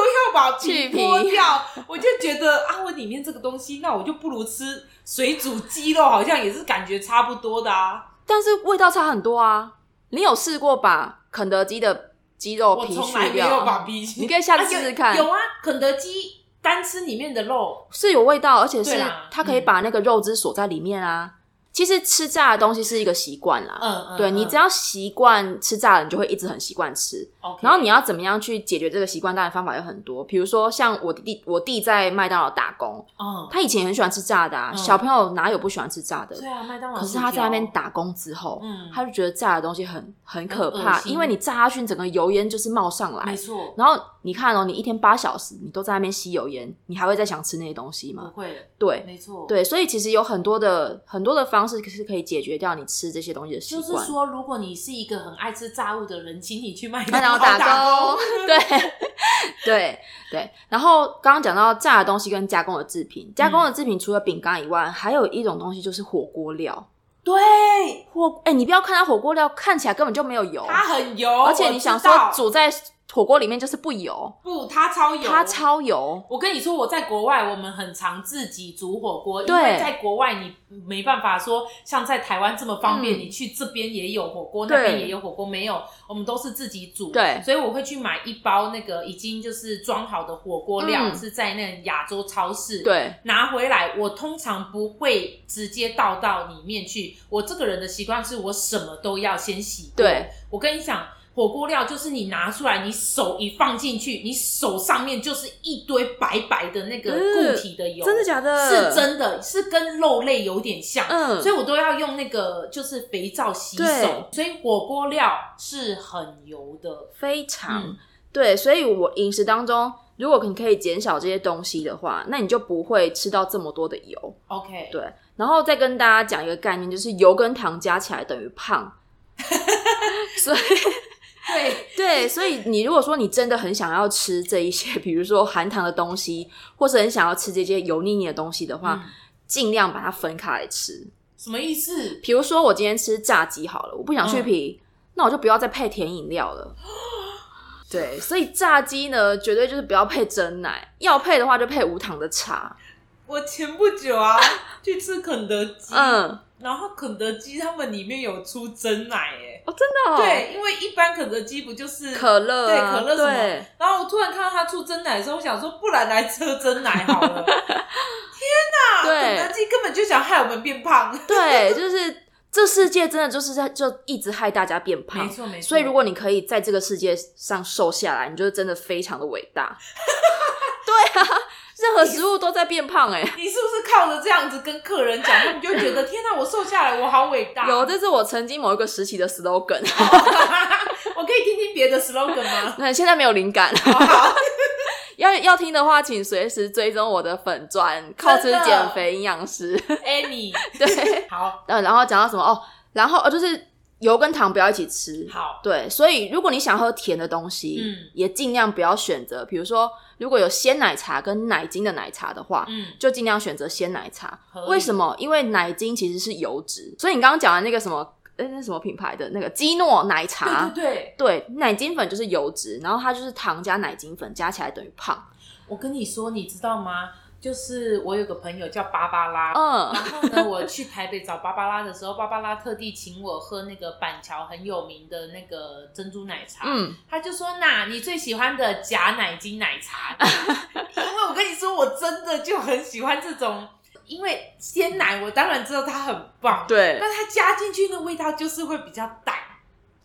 A: 要把皮
B: 去皮
A: 剥掉，我就觉得啊，我里面这个东西，那我就不如吃水煮鸡肉，好像也是感觉差不多的啊。
B: 但是味道差很多啊！你有试过把肯德基的鸡肉
A: 我
B: 哦皮
A: 从来
B: 去
A: 没有把
B: 掉？
A: 皮去，
B: 你可以下次试试看
A: 啊有有啊，肯德基单吃里面的肉，
B: 是有味道，而且是
A: 对啦
B: 它可以把那个肉汁锁在里面啊。其实吃炸的东西是一个习惯啦，
A: 嗯嗯，
B: 啊对你只要习惯吃炸的，你就会一直很习惯吃。
A: o k
B: 然后你要怎么样去解决这个习惯？当然方法有很多，比如说像我弟，我弟在麦当劳打工，
A: 嗯，
B: 他以前也很喜欢吃炸的啊。
A: 嗯
B: 小朋友哪有不喜欢吃炸的？
A: 对啊，麦当劳
B: 可
A: 薯条，
B: 是他在那边打工之后，
A: 嗯
B: 他就觉得炸的东西很很可
A: 很
B: 怕
A: 恶，心
B: 因为你炸下去，你整个油烟就是冒上
A: 没
B: 来。
A: 错，
B: 然后你看哦，你一天八小时，你都在那边吸油烟，你还会再想吃那些东西
A: 不
B: 吗？
A: 会，
B: 对
A: 没错，。
B: 对，所以其实有很多的很多的方式是可以解决掉你吃这些东西的习
A: 就
B: 惯。
A: 是说，如果你是一个很爱吃炸物的人，请你去麦
B: 麦
A: 劳
B: 当劳打
A: 工
B: 工。，对 对对。然后刚刚讲到炸的东西跟加工的制品，加
A: 嗯
B: 工的制品除了饼干以外，还有一种东西就是火锅料。
A: 对，
B: 火哎、你不要看它火锅料看起来根本就没有油，
A: 它很油，
B: 而且
A: 哦我
B: 你
A: 知
B: 想
A: 道
B: 说煮在火锅里面就是不油，
A: 不，它超油，
B: 它。超油。
A: 我跟你说，我在国外，我们很常自己煮火锅，因
B: 对
A: 为在国外你没办法说像在台湾这么方便，
B: 嗯
A: 你去这边也有火锅，
B: 对
A: 那边也有火锅，没有，我们都是自己煮。
B: 对
A: 所以我会去买一包那个已经就是装好的火锅料，
B: 嗯
A: 是在那个亚洲超市。。
B: 对，
A: 拿回来，我通常不会直接倒到里面去。我这个人的习惯是我什么都要先洗过。
B: 对，
A: 我跟你讲，火锅料就是你拿出来，你手一放进去，你手上面就是一堆白白的那个
B: 嗯
A: 固体的油，
B: 真的假的？
A: 是。真的，是跟肉类有点像。
B: 嗯，
A: 所以我都要用那个就是肥皂洗手，所以火锅料是很油的。
B: 非常、
A: 嗯
B: 对，所以我饮食当中，如果你可以减少这些东西的话，那你就不会吃到这么多的油。
A: OK，
B: 对，然后再跟大家讲一个概念，就是油跟糖加起来等于胖。所以，
A: 对，
B: 对，所以你如果说你真的很想要吃这一些，比如说含糖的东西，或是很想要吃这些油腻腻的东西的话，
A: 嗯
B: 尽量把它分开来吃。
A: 什么意思？
B: 比如说我今天吃炸鸡好了，我不想
A: 嗯
B: 去皮，那我就不要再配甜饮料 了。对，所以炸鸡呢，绝对就是不要配真奶，要配的话就配无糖的茶。
A: 我前不久 啊去吃肯德基，
B: 嗯，
A: 然后肯德基他们里面有出真奶耶，
B: 哦，真的、哦，，
A: 对，因为一般肯德基不就是
B: 可乐、啊，
A: 对可乐什么
B: 对
A: 然后我突然看到他出真奶的时候，我想说不然来喝真奶好 了。天哪，
B: 对
A: 肯德基根本就想害我们变胖。
B: 对，就是这世界真的就是在就一直害大家变胖。
A: 错没
B: 所以如果你可以在这个世界上瘦下来，你就真的非常的伟 大。对啊，任何食物都在变胖哎、
A: 你是不是靠着这样子跟客人讲，他们就会觉得天哪，我瘦下来，我好伟大。
B: 有，这是我曾经某一个时期的 slogan。
A: 我可以听听别的 slogan 吗？
B: 那现在没有灵感，
A: 好，
B: 要要听的话，请随时追踪我的粉钻，靠吃
A: 真的
B: 减肥营养师。
A: a m y
B: 对，
A: 好，
B: 呃，然后讲到什么哦，然后呃，就是油跟糖不要一起吃。
A: 好，
B: 对，所以如果你想喝甜的东西，
A: 嗯
B: 也尽量不要选择，比如说如果有鲜奶茶跟奶精的奶茶的话，
A: 嗯，
B: 就尽量选择鲜奶茶。
A: 合理
B: 为什么？因为奶精其实是油脂，所以你刚刚讲的那个什么，呃，那什么品牌的那个基诺奶茶，
A: 对对对，
B: 对奶精粉就是油脂，然后它就是糖加奶精粉加起来等于胖。
A: 我跟你说，你知道吗？就是我有个朋友叫芭芭拉，
B: 嗯
A: 然后呢，我去台北找芭芭拉的时候，芭芭拉特地请我喝那个板桥很有名的那个珍珠奶茶。
B: 嗯，
A: 他就说：“那你最喜欢的假奶精奶 茶？”因为我跟你说，我真的就很喜欢这种，因为鲜奶我当然知道它很棒，
B: 对
A: 但，它加进去的味道就是会比较淡，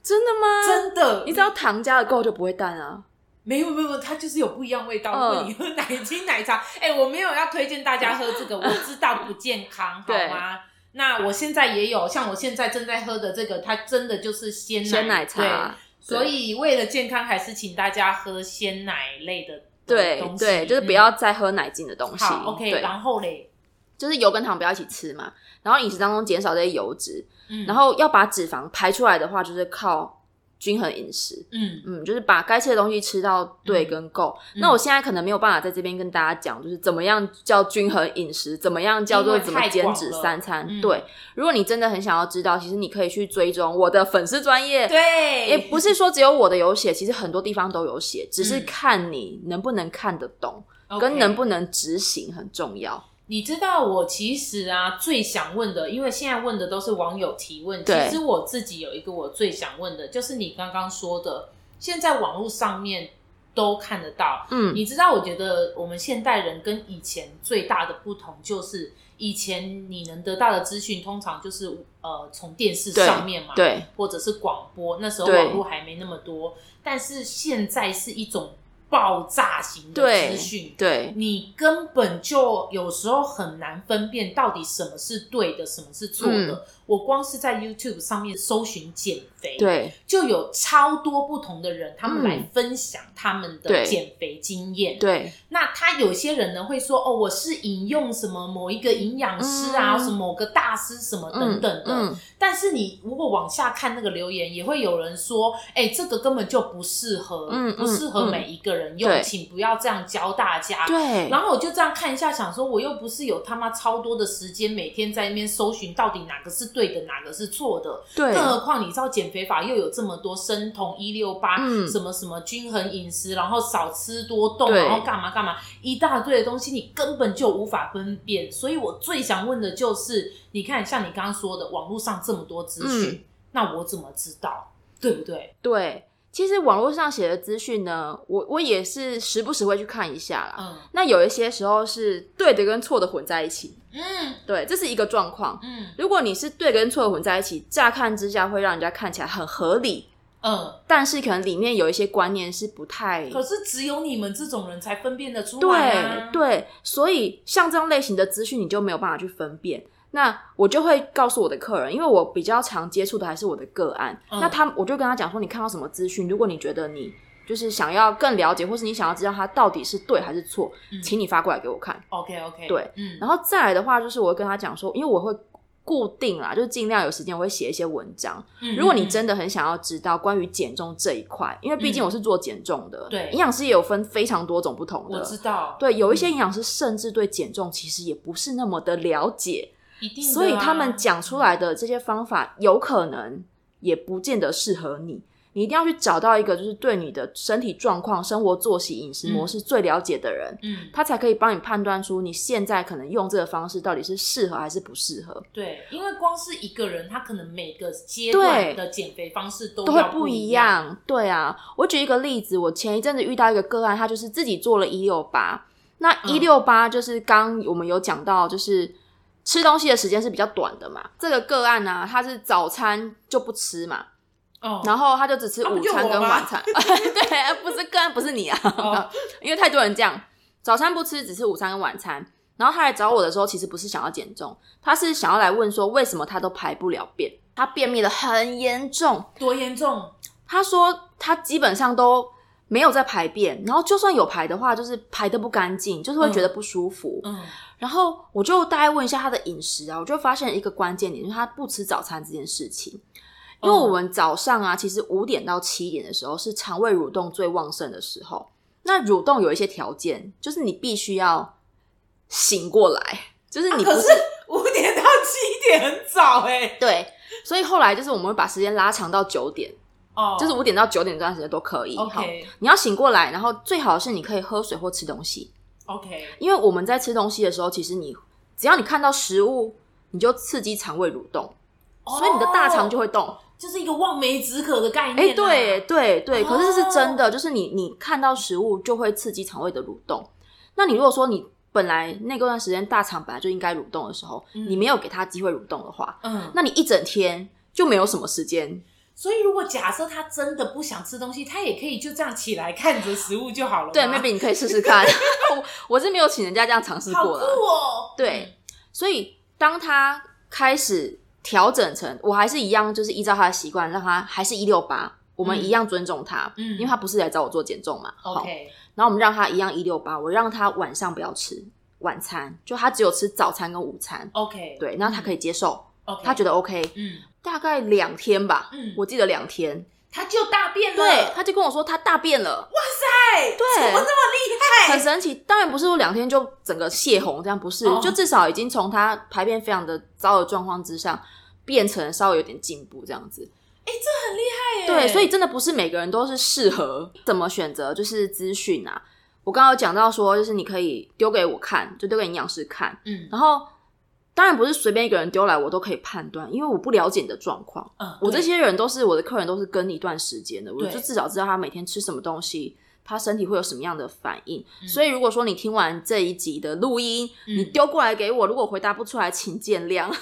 B: 真的吗？
A: 真的。
B: 你只要糖加的够就不会淡啊。
A: 没有没有，没有它就是有不一样味道。
B: 嗯
A: 如果你喝奶精奶茶， 哎、我没有要推荐大家喝这个，我知道不健康，好
B: 对
A: 吗？那我现在也有，像我现在正在喝的这个，它真的就是鲜奶
B: 鲜奶
A: 对
B: 茶，
A: 所以为了健康，还是请大家喝鲜奶类的
B: 对
A: 东西
B: 对，就是不要再喝奶精的东
A: 嗯
B: 西。
A: 好 OK，
B: 对，
A: 然后嘞，
B: 就是油跟糖不要一起吃嘛，然后饮食当中减少这些油脂，
A: 嗯，
B: 然后要把脂肪排出来的话，就是靠均衡饮食。
A: 嗯
B: 嗯，就是把该吃的东西吃到对跟够。
A: 嗯
B: 那我现在可能没有办法在这边跟大家讲，就是怎么样叫均衡饮食，怎么样叫做怎么减脂三餐。
A: 因为太广了嗯
B: 对，如果你真的很想要知道，其实你可以去追踪我的粉丝专业。
A: 对，
B: 也不是说只有我的有写，其实很多地方都有写，只是
A: 嗯
B: 看你能不能看得懂，跟
A: OK
B: 能不能执行很重要。
A: 你知道我其实啊最想问的，因为现在问的都是网友提问，其
B: 对
A: 实我自己有一个我最想问的，就是你刚刚说的，现在网络上面都看得到。
B: 嗯，
A: 你知道，我觉得我们现代人跟以前最大的不同就是，以前你能得到的资讯通常就是呃从电视
B: 对
A: 上面嘛，
B: 对，
A: 或者是广播，那时候
B: 对
A: 网络还没那么多，但是现在是一种爆炸型的
B: 对
A: 资讯，
B: 对，
A: 你根本就有时候很难分辨到底什么是对的，什么是错的。
B: 嗯
A: 我光是在 YouTube 上面搜寻减肥，，
B: 对，
A: 就有超多不同的人，他们
B: 嗯
A: 来分享他们的
B: 对
A: 减肥经验。
B: 对，
A: 那他有些人呢会说，哦，我是引用什么某一个营养师啊，
B: 嗯
A: 什么某个大师什么等
B: 嗯
A: 等的。
B: 嗯，
A: 但是你如果往下看那个留言，也会有人说，哎、这个根本就不适合，
B: 嗯
A: 不适合
B: 嗯嗯
A: 每一个人用，
B: 对
A: 请不要这样教大家。
B: 对，
A: 然后我就这样看一下，想说我又不是有他妈超多的时间，每天在那边搜寻到底哪个是对的，哪个是错的。
B: 对，
A: 更何况你知道减肥法又有这么多生酮一六八，
B: 嗯
A: 什么什么均衡饮食，然后少吃多动，
B: 对
A: 然后干嘛干嘛，一大堆的东西，你根本就无法分辨。所以我最想问的就是，你看像你刚刚说的，网络上这么多资讯，
B: 嗯
A: 那我怎么知道，对不对？
B: 对，其实网络上写的资讯呢，我我也是时不时会去看一下啦。
A: 嗯
B: 那有一些时候是对的跟错的混在一起，
A: 嗯
B: 对，这是一个状况。
A: 嗯
B: 如果你是对跟错的混在一起，乍看之下会让人家看起来很合理，
A: 嗯，
B: 但是可能里面有一些观念是不太
A: 可是只有你们这种人才分辨得出来、啊
B: 对，对，所以像这种类型的资讯你就没有办法去分辨。那我就会告诉我的客人，因为我比较常接触的还是我的个案。
A: 嗯
B: 那他我就跟他讲说，你看到什么资讯，如果你觉得你就是想要更了解，或是你想要知道它到底是对还是错，
A: 嗯
B: 请你发过来给我看。
A: OK OK，
B: 对，
A: 嗯，
B: 然后再来的话，就是我会跟他讲说，因为我会固定啦，就是尽量有时间我会写一些文章。
A: 嗯
B: 如果你
A: 嗯
B: 真的很想要知道关于减重这一块，因为毕竟
A: 嗯
B: 我是做减重的，
A: 对
B: 营养师也有分非常多种不同的，
A: 我知道，
B: 对，有一些营养师甚至对减重其实也不是那么的了解，
A: 一定的啊、
B: 所以他们讲出来的这些方法，有可能也不见得适合你。你一定要去找到一个就是对你的身体状况、生活作息、饮食模式最了解的人，
A: 嗯，
B: 他才可以帮你判断出你现在可能用这个方式到底是适合还是不适合，
A: 对，因为光是一个人，他可能每个阶段的减肥方式都
B: 都会
A: 要不
B: 一
A: 样。
B: 样。对啊，我举一个例子，我前一阵子遇到一个个案，他就是自己做了一六八，那
A: 嗯
B: 一六八就是刚我们有讲到，就是吃东西的时间是比较短的嘛。这个个案呢、他是早餐就不吃嘛，
A: 哦，
B: 然后他就只吃
A: 啊不
B: 午
A: 就
B: 餐
A: 我
B: 跟
A: 吗
B: 晚餐。 对，不是个案，不是你啊，
A: 哦
B: 因为太多人这样，早餐不吃，只吃午餐跟晚餐。然后他来找我的时候，其实不是想要减重，他是想要来问说为什么他都排不了便，他便秘的很严重。
A: 多严重？
B: 他说他基本上都没有在排便，然后就算有排的话，就是排的不干净，就是会觉得不舒服。
A: 嗯
B: 然后我就大概问一下他的饮食啊，我就发现一个关键点，就是他不吃早餐这件事情。因为我们早上啊，其实五点到七点的时候是肠胃蠕动最旺盛的时候。那蠕动有一些条件，就是你必须要醒过来，就是你不
A: 啊可
B: 是,、
A: 是五点到七点很早哎、
B: 对。所以后来就是我们会把时间拉长到九点，
A: 哦，
B: 就是五点到九点这段时间都可以。好，
A: OK
B: 你要醒过来，然后最好是你可以喝水或吃东西。
A: OK，
B: 因为我们在吃东西的时候，其实你只要你看到食物，你就刺激肠胃蠕动，所以你的大肠就
A: 哦
B: 会动。
A: 就是一个望梅止渴的概念、
B: 哎、
A: 啊。
B: 对对对，
A: 哦
B: 可是这是真的，就是你你看到食物就会刺激肠胃的蠕动。那你如果说你本来那段时间大肠本来就应该蠕动的时候，
A: 嗯
B: 你没有给它机会蠕动的话，
A: 嗯，
B: 那你一整天就没有什么时间。
A: 所以如果假设他真的不想吃东西，他也可以就这样起来看着食物就好了吗。
B: 对，maybe 你可以试试看， 我我是没有请人家这样尝试
A: 好
B: 过
A: 酷
B: 了。
A: 哦。
B: 对，所以当他开始调整成，我还是一样，就是依照他的习惯，让他还是一六八，我们
A: 嗯
B: 一样尊重他，
A: 嗯
B: 因为他不是来找我做减重嘛，好，
A: ，OK，
B: 然后我们让他一样一六八，我让他晚上不要吃晚餐，就他只有吃早餐跟午餐，
A: OK，
B: 对，然后他可以接受，
A: ，OK，
B: 他觉得 OK，
A: 嗯
B: 大概两天吧，
A: 嗯，
B: 我记得两天，
A: 他就大便了，
B: 对，他就跟我说他大便了，
A: 哎，
B: 对
A: 怎么那么厉害？
B: 很神奇，当然不是说两天就整个泄洪，这样不是，
A: 哦
B: 就至少已经从他排便非常的糟的状况之上，变成稍微有点进步这样子。
A: 很厉害耶。
B: 对，所以真的不是每个人都是适合怎么选择，就是资讯啊。我刚刚有讲到说，就是你可以丢给我看，就丢给营养师看，
A: 嗯
B: 然后当然不是随便一个人丢来我都可以判断，因为我不了解你的状况。
A: 嗯，
B: 呃我这
A: 对
B: 些人都是我的客人，都是跟一段时间的，我
A: 对
B: 就至少知道他每天吃什么东西，他身体会有什么样的反应。
A: 嗯
B: 所以如果说你听完这一集的录音，
A: 嗯
B: 你丢过来给我，如果回答不出来，请见谅。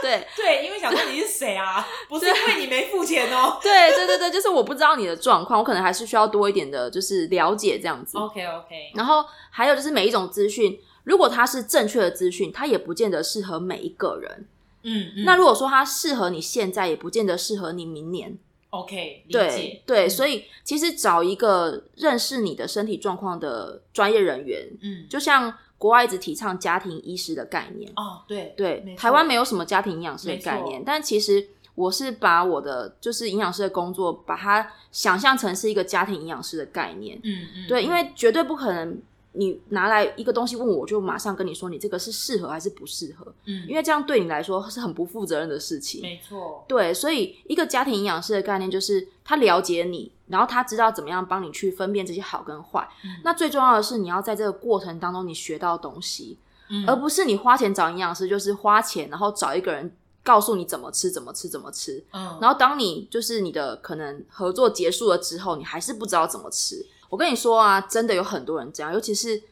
B: 对
A: 对，因为想说你是谁 啊？不是因为你没付钱哦。
B: 对对对对，就是我不知道你的状况，我可能还是需要多一点的，就是了解这样子。
A: OK OK，
B: 然后还有就是每一种资讯，如果它是正确的资讯，它也不见得适合每一个人。
A: 嗯，嗯
B: 那如果说它适合你现在，也不见得适合你明年。
A: OK 理
B: 对
A: 解，
B: 对，
A: 嗯
B: 所以其实找一个认识你的身体状况的专业人员，
A: 嗯，
B: 就像国外一直提倡家庭医师的概念。
A: 哦对
B: 对，
A: 错
B: 台湾没有什么家庭营养师的
A: 没错
B: 概念，但其实我是把我的就是营养师的工作，把它想象成是一个家庭营养师的概念。
A: 嗯嗯，
B: 对，
A: 嗯
B: 因为绝对不可能你拿来一个东西问我，就马上跟你说你这个是适合还是不适合，
A: 嗯，
B: 因为这样对你来说是很不负责任的事情。
A: 没错，
B: 对，所以一个家庭营养师的概念就是他了解你，然后他知道怎么样帮你去分辨这些好跟坏。
A: 嗯
B: 那最重要的是，你要在这个过程当中你学到东西，
A: 嗯
B: 而不是你花钱找营养师，就是花钱然后找一个人告诉你怎么吃、怎么吃、怎么吃。
A: 嗯，
B: 然后当你就是你的可能合作结束了之后，你还是不知道怎么吃。我跟你说啊，真的有很多人这样，尤其是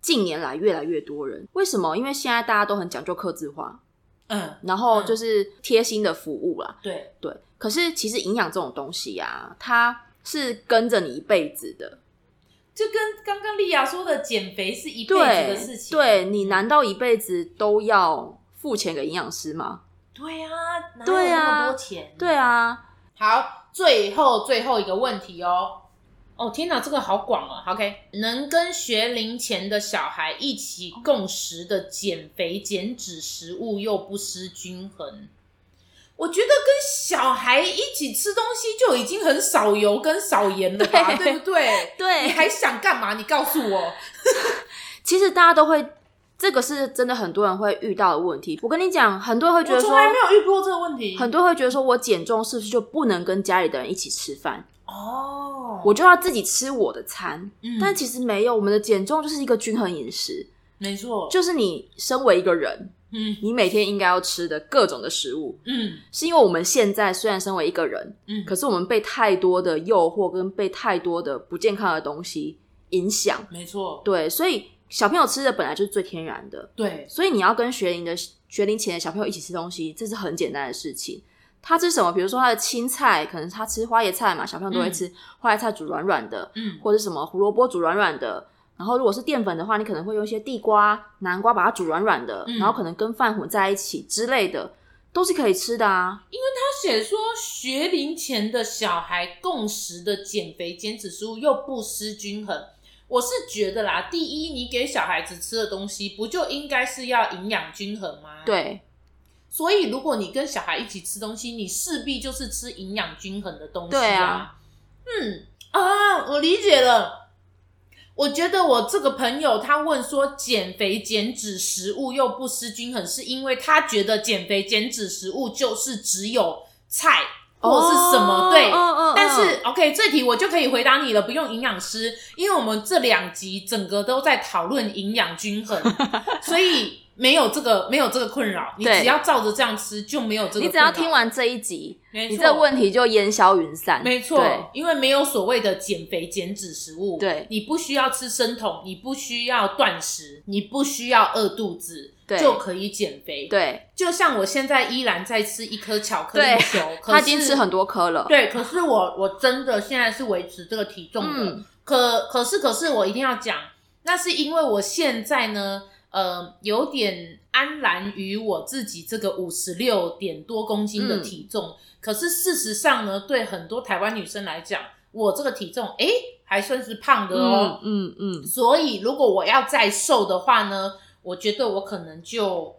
B: 近年来越来越多人。为什么？因为现在大家都很讲究客制化，
A: 嗯
B: 然后
A: 嗯
B: 就是贴心的服务啦。
A: 对，
B: 对，可是其实营养这种东西啊，它是跟着你一辈子的。
A: 就跟刚刚莉亚说的，减肥是一辈子的
B: 对
A: 事，情，
B: 对你难道一辈子都要付钱给营养师吗？
A: 对啊，哪有
B: 对啊
A: 那么多钱，
B: 对啊，
A: 好，最后最后一个问题哦。哦，天哪，这个好广哦。OK，能跟学龄前的小孩一起共食的减肥减脂食物又不失均衡，我觉得跟小孩一起吃东西就已经很少油跟少盐了吧，
B: 对
A: 对不 对？你
B: 对，
A: 还想干嘛？你告诉我。
B: 其实大家都会，这个是真的很多人会遇到的问题。我跟你讲，很多人会觉
A: 我
B: 得说
A: 从，来没有遇过这个问题。
B: 很多人会觉得说我减重是不是就不能跟家里的人一起吃饭，
A: 哦，
B: 我就要自己吃我的餐？
A: 嗯
B: 但其实没有，我们的减重就是一个均衡饮食，
A: 没错，
B: 就是你身为一个人，
A: 嗯
B: 你每天应该要吃的各种的食物。
A: 嗯
B: 是因为我们现在虽然身为一个人，
A: 嗯，
B: 可是我们被太多的诱惑跟被太多的不健康的东西影响，
A: 没错，
B: 对，所以小朋友吃的本来就是最天然的，
A: 对，
B: 所以你要跟学龄的学龄前的小朋友一起吃东西，这是很简单的事情。他吃什么？比如说他的青菜，可能他吃花椰菜嘛，小朋友都会吃、花椰菜煮软软的，
A: 嗯
B: 或者什么胡萝卜煮软软的。然后如果是淀粉的话，你可能会用一些地瓜、南瓜把它煮软软的，
A: 嗯
B: 然后可能跟饭混在一起之类的，都是可以吃的啊。
A: 他写说，学龄前的小孩共食的减肥减脂食物又不失均衡。我是觉得啦，第一，你给小孩子吃的东西不就应该是要营养均衡吗？。
B: 对，
A: 所以，如果你跟小孩一起吃东西，你势必就是吃营养均衡的东西、
B: 对
A: 啊
B: 啊。
A: 嗯啊，我理解了。我觉得我这个朋友他问说减肥减脂食物又不失均衡，是因为他觉得减肥减脂食物就是只有菜或者是什么、
B: 哦
A: 对。
B: 嗯嗯嗯
A: 但是 OK，这题我就可以回答你了，不用营养师，因为我们这两集整个都在讨论营养均 衡，所以没有这个没有这个困扰，你
B: 对
A: 只要照着这样吃就没有这个困扰。
B: 你只要听，完这一集，
A: 没错
B: 你这问题就烟消云散。
A: 没
B: 对
A: 错，因为没有所谓的减肥减脂食物，
B: 对
A: 你不需要吃生酮，你不需要断食，你不需要饿肚子，
B: 对
A: 就可以减肥。，
B: 对，
A: 就像我现在依然在吃一颗巧克力
B: 对
A: 球， 可
B: 他已经
A: 是
B: 吃很多颗了。
A: 对，可是我我真的现在是维持这个体重的，
B: 嗯
A: 可可是可是我一定要讲，那是因为我现在呢，呃，有点安然于我自己这个五十六点多公斤
B: 嗯
A: 的体重。可是事实上呢，对很多台湾女生来讲，我这个体重诶还算是胖的哦
B: 嗯。嗯嗯，
A: 所以如果我要再瘦的话呢，我觉得我可能就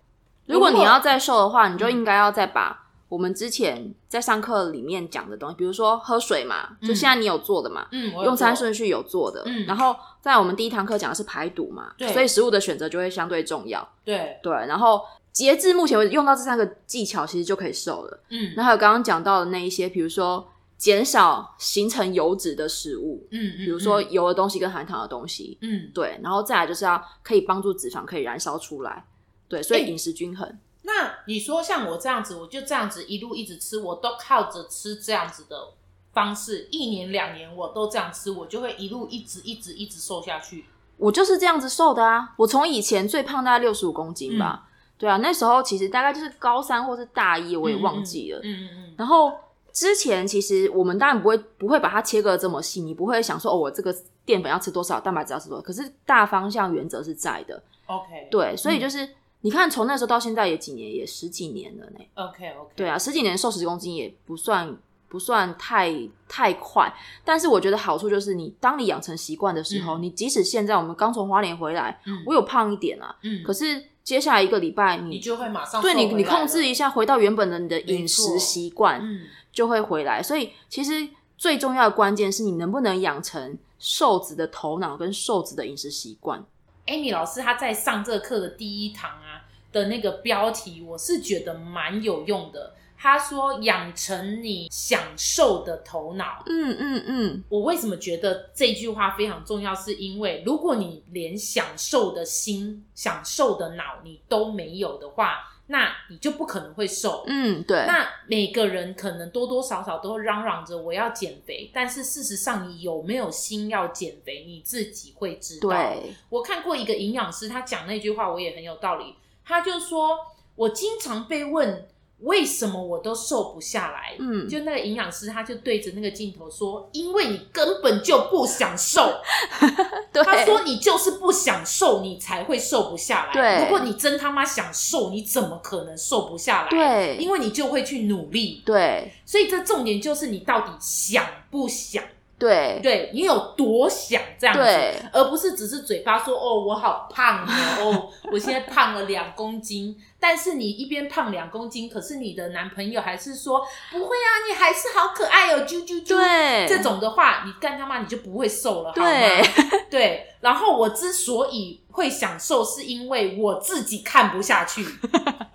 B: 如果你要再瘦的话，你就应该要再把我们之前在上课里面讲的东西，比如说喝水嘛，
A: 嗯
B: 就现在你有做的嘛，
A: 嗯，我有
B: 用餐
A: 做
B: 顺序有做的，
A: 嗯
B: 然后在我们第一堂课讲的是排毒嘛，
A: 对
B: 所以食物的选择就会相对重要。
A: 对，
B: 对，然后截至目前为止，用到这三个技巧其实就可以瘦了。
A: 嗯
B: 然后还有刚刚讲到的那一些，比如说减少形成油脂的食物，
A: 嗯，
B: 比如说
A: 嗯
B: 油的东西跟含糖的东西，
A: 嗯，
B: 对，然后再来就是要可以帮助脂肪可以燃烧出来，对，所
A: 哎
B: 以饮食均衡，
A: 那你说像我这样子，我就这样子一路一直吃，我都靠着吃这样子的方式，一年两年我都这样吃，我就会一路一直一直一直瘦下去。
B: 我就是这样子瘦的啊，我从以前最胖大概六十五公斤
A: 嗯
B: 吧，对啊，那时候其实大概就是高三或是大一，我也忘记了，
A: 嗯嗯嗯，
B: 然后之前其实我们当然不会不会把它切割得这么细，你不会想说哦，我这个淀粉要吃多少，蛋白质要吃多少，可是大方向原则是在的。
A: OK，
B: 对，所以就是、你看从那时候到现在也几年，也十几年了呢。
A: ，OK OK，
B: 对啊，十几年瘦十公斤也不算不算太太快，但是我觉得好处就是你当你养成习惯的时候，
A: 嗯
B: 你即使现在我们刚从花莲回来，
A: 嗯，
B: 我有胖一点啊，
A: 嗯，
B: 可是接下来一个礼拜你
A: 你就会马上
B: 对你
A: 瘦回
B: 你
A: 来
B: 控制
A: 了
B: 一，下，回到原本的你的
A: 没
B: 饮
A: 错
B: 食习惯，
A: 嗯
B: 就会回来。所以其实最重要的关键是你能不能养成瘦子的头脑跟瘦子的饮食习惯。
A: ，Amy 老师她在上这个课的第一堂啊的那个标题，我是觉得蛮有用的。她说养成你享受的头脑，
B: 嗯嗯嗯，
A: 我为什么觉得这句话非常重要？是因为如果你连享受的心、享受的脑你都没有的话，那你就不可能会瘦。
B: 嗯，对，
A: 那每个人可能多多少少都会嚷嚷着我要减肥，但是事实上你有没有心要减肥，你自己会知道。
B: 对，
A: 我看过一个营养师，他讲那句话我也很有道理。他就说，我经常被问为什么我都瘦不下来，
B: 嗯，
A: 就那个营养师，他就对着那个镜头说：“因为你根本就不想瘦。
B: 对，
A: 他说你就是不想瘦，你才会瘦不下来。
B: 对
A: 如果你真他妈想瘦，你怎么可能瘦不下来？，
B: 对
A: 因为你就会去努力。
B: 对
A: 所以这重点就是你到底想不想，
B: 对
A: 对你有多想这样子。”
B: 对
A: 而不是只是嘴巴说哦，我好胖哦， 哦，我现在胖了两公斤。但是你一边胖两公斤，可是你的男朋友还是说不会啊，你还是好可爱哦，啾啾啾。
B: 对，
A: 这种的话，你干他妈你就不会瘦了，好吗
B: 对
A: 对。然后我之所以会享受，是因为我自己看不下去，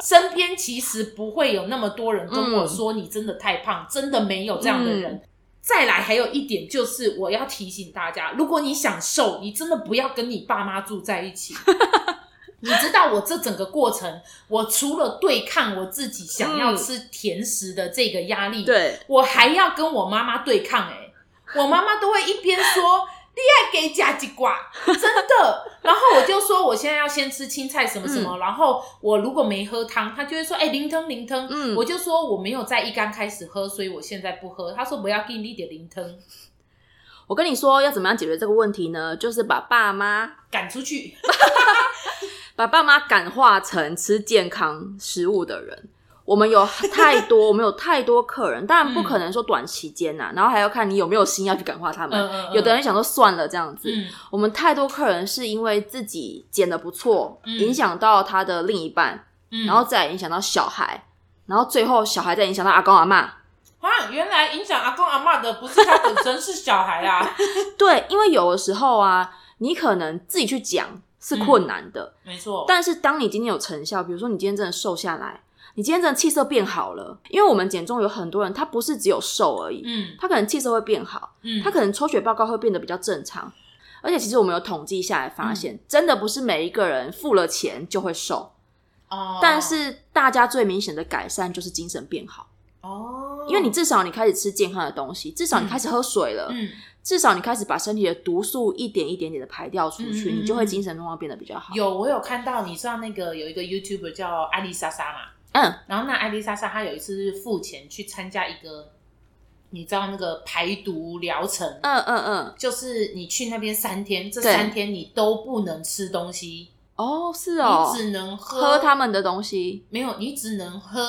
A: 身边其实不会有那么多人跟
B: 嗯
A: 我说你真的太胖，真的没有这样的人。再来还有一点就是，我要提醒大家，如果你想瘦，你真的不要跟你爸妈住在一起。 你知道我这整个过程，我除了对抗我自己想要
B: 嗯
A: 吃甜食的这个压力，
B: 对
A: 我还要跟我妈妈对抗哎、我妈妈都会一边说 你爱给加几瓜，真的，然后我就说我现在要先吃青菜什么什
B: 嗯
A: 么，然后我如果没喝汤，她就会说哎零汤零汤，
B: 嗯
A: 我就说我没有在一刚开始喝，所以我现在不喝，她说不要给你点零汤，
B: 我跟你说要怎么样解决这个问题呢？就是把爸妈
A: 赶出去，
B: 把爸妈感化成吃健康食物的人。我们有太多，我们有太多客人，当然不可能说短期间呐、然后还要看你有没有心要去感化他们。
A: 嗯嗯嗯
B: 有的人想说算了这样子，
A: 嗯
B: 我们太多客人是因为自己剪的不错，
A: 嗯
B: 影响到他的另一半，
A: 嗯，
B: 然后再影响到小孩，然后最后小孩再影响到阿公阿妈。
A: 啊，原来影响阿公阿妈的不是他本身，是小孩 啊。
B: 对，因为有的时候啊，你可能自己去讲是
A: 嗯
B: 困难的，
A: 没错，
B: 但是当你今天有成效，比如说你今天真的瘦下来，你今天真的气色变好了，因为我们减重有很多人他不是只有瘦而已，
A: 嗯
B: 他可能气色会变好，
A: 嗯，
B: 他可能抽血报告会变得比较正常。而且其实我们有统计下来
A: 嗯
B: 发现，真的不是每一个人付了钱就会瘦，
A: 哦，
B: 但是大家最明显的改善就是精神变好，
A: 哦，
B: 因为你至少你开始吃健康的东西，至少你开始喝水了，
A: 嗯
B: 至少你开始把身体的毒素一点一点点的排掉出去，
A: 嗯嗯嗯
B: 你就会精神状况变得比较好。
A: 有我有看到，你知道那个有一个 YouTuber 叫艾丽莎莎嘛？
B: 嗯，
A: 然后那艾丽莎莎她有一次付钱去参加一个，你知道那个排毒疗程，
B: 嗯嗯嗯，
A: 就是你去那边三天，这
B: 对
A: 三天你都不能吃东西，
B: 哦，是哦
A: 你，只能喝
B: 喝他们的东西，
A: 没有，你只能喝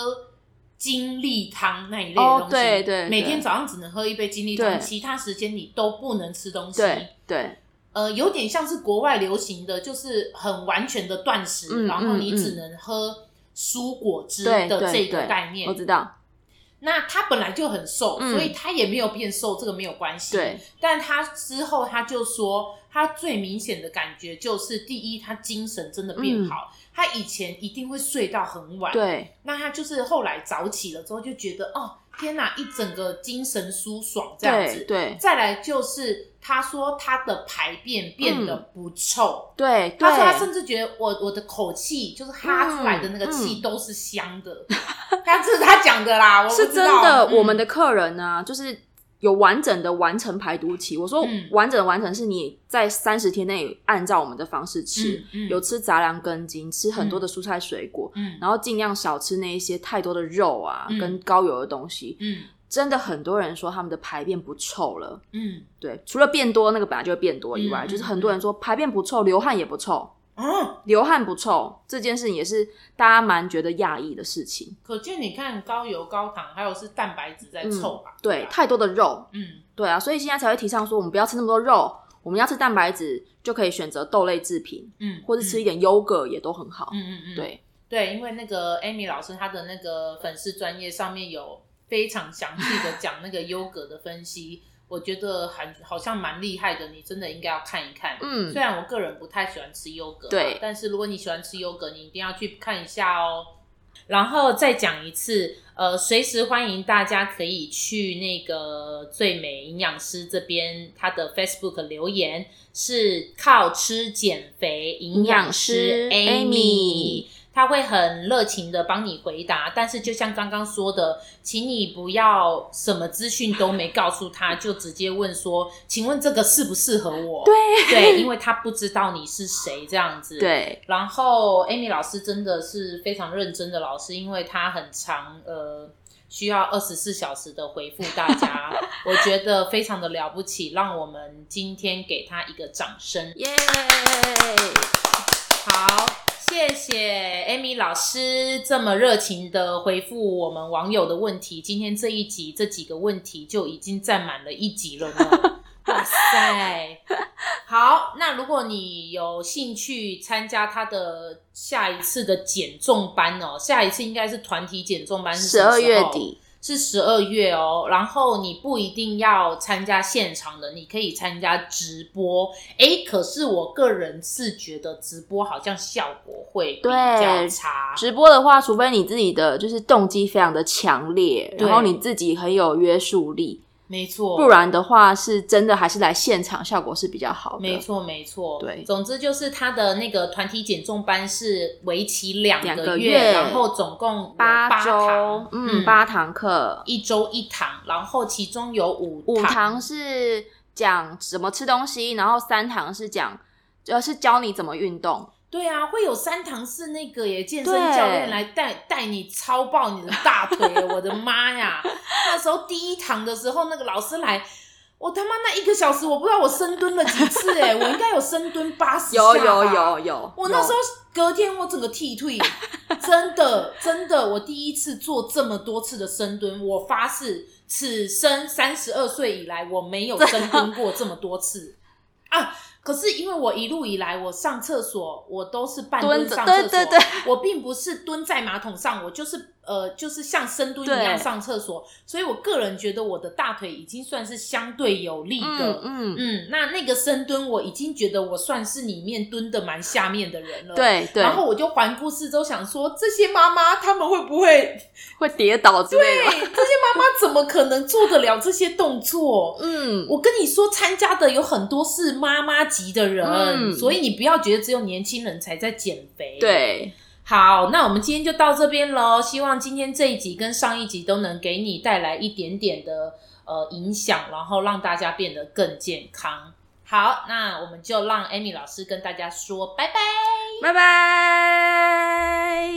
A: 精力汤那一类的
B: 哦
A: 东西。
B: 对对
A: 每
B: 对
A: 天早上只能喝一杯精力汤，
B: 对
A: 其他时间你都不能吃东西。
B: 对对，
A: 呃，有点像是国外流行的，就是很完全的断食，
B: 嗯
A: 然后
B: 嗯
A: 你
B: 嗯
A: 只能喝蔬果汁
B: 对
A: 的
B: 对
A: 这个
B: 对
A: 概念
B: 我。知道，
A: 那他本来就很瘦，
B: 嗯
A: 所以他也没有变瘦，这个没有关系。，
B: 对，
A: 但他之后他就说，他最明显的感觉就是，第一，他精神真的变
B: 嗯
A: 好。他以前一定会睡到很晚，
B: 对，
A: 那他就是后来早起了之后就觉得，哦，天哪，一整个精神舒爽这样
B: 对，
A: 子。
B: 对，
A: 再来就是他说他的排便变得不臭，
B: 嗯对，
A: 他说他
B: 对，
A: 甚至觉得我我的口气就是哈出来的那个气
B: 嗯嗯
A: 都是香的， 他这是他讲的啦，我不
B: 嗯是
A: 知
B: 真
A: 道
B: 的。
A: 嗯
B: 我们的客人呢、就是有完整的完成排毒期。我说
A: 嗯
B: 完整的完成是你在三十天内按照我们的方式吃，
A: 嗯嗯
B: 有吃杂粮根茎，吃很多的蔬菜水果，
A: 嗯
B: 然后尽量少吃那一些太多的肉啊、
A: 嗯
B: 跟高油的东西。
A: 嗯
B: 真的很多人说他们的排便不臭了，
A: 嗯
B: 对，除了变多那个本来就会变多以外，
A: 嗯
B: 就是很多人说排便不臭，流汗也不臭，
A: 啊，
B: 流汗不臭这件事情也是大家蛮觉得讶异的事情。
A: 可见你看高油高糖还有是蛋白质在臭吧？
B: 嗯对，
A: 吧
B: 太多的肉，
A: 嗯
B: 对啊，所以现在才会提倡说我们不要吃那么多肉，我们要吃蛋白质就可以选择豆类制品，
A: 嗯，
B: 或者吃一点优格也都很好。
A: 嗯嗯嗯，。
B: 对，
A: 对，因为那个 Amy 老师她的那个粉丝专业上面有非常详细的讲那个优格的分析，我觉得还好像蛮厉害的，你真的应该要看一看。
B: 嗯
A: 虽，然我个人不太喜欢吃优格，
B: 对
A: 但是如果你喜欢吃优格，你一定要去看一下哦。然后再讲一次，呃，随时欢迎大家可以去那个最美营养师这边，他的 Facebook 留言是靠吃减肥营养师
B: 营养师
A: Amy。他会很热情的帮你回答，但是就像刚刚说的，请你不要什么资讯都没告诉他，就直接问说，请问这个适不适合我？
B: 对
A: 对，因为他不知道你是谁这样子。。
B: 对，
A: 然后 Amy 老师真的是非常认真的老师，因为她很长呃需要二十四小时的回复大家， 我觉得非常的了不起，让我们今天给她一个掌声。
B: 耶、
A: 好，谢谢 Amy 老师这么热情的回复我们网友的问题。今天这一集这几个问题就已经占满了一集了 呢。哇塞！好，那如果你有兴趣参加他的下一次的减重班哦，下一次应该是团体减重班是什么
B: 十
A: 时候
B: 二月，底，
A: 是十二月哦。然后你不一定要参加现场的，你可以参加直播。诶，可是我个人是觉得直播好像效果会比较
B: 对
A: 差。
B: 直播的话，除非你自己的就是动机非常的强烈，
A: 对
B: 然后你自己很有约束力，
A: 没错，
B: 不然的话是真的还是来现场效果是比较好的。
A: 没，错，没错。
B: 对
A: 总之就是他的那个团体减重班是为期两
B: 两
A: 个
B: 个月
A: 然后总共有
B: 八
A: 堂
B: 周，，嗯，八堂课，
A: 一周一堂，然后其中有五
B: 五堂是讲怎么吃东西，然后三堂是讲呃是教你怎么运动。
A: 对啊，会有三堂是那个耶，健身
B: 对
A: 教练来带带你操爆你的大腿耶，我的妈呀！那时候第一堂的时候，那个老师来，我他妈那一个小时，我不知道我深蹲了几次哎，我应该有深蹲八十
B: 有有有有，
A: 我那时候隔天我整个剃退， 真的真的，我第一次做这么多次的深蹲，我发誓，此生三十二岁以来我没有深蹲过这么多 次啊！可是因为我一路以来，我上厕所我都是半
B: 蹲着
A: 上厕所，
B: 对对对
A: 我并不是蹲在马桶上，我就是呃，就是像深蹲一样
B: 对
A: 上厕所，所以我个人觉得我的大腿已经算是相对有力的。
B: 嗯嗯，
A: 嗯，那那个深蹲，我已经觉得我算是里面蹲的蛮下面的人了。，
B: 对对，
A: 然后我就环顾四周，想说这些妈妈她们会不会？
B: 会跌倒之类
A: 对，
B: 的。
A: 这些妈妈怎么可能做得了这些动作？
B: 嗯，
A: 我跟你说，参加的有很多是妈妈级的人，
B: 嗯
A: 所以你不要觉得只有年轻人才在减肥。，
B: 对，
A: 好，那我们今天就到这边喽。希望今天这一集跟上一集都能给你带来一点点的呃影响，然后让大家变得更健康。好，那我们就让 Amy 老师跟大家说拜拜。
B: 拜拜。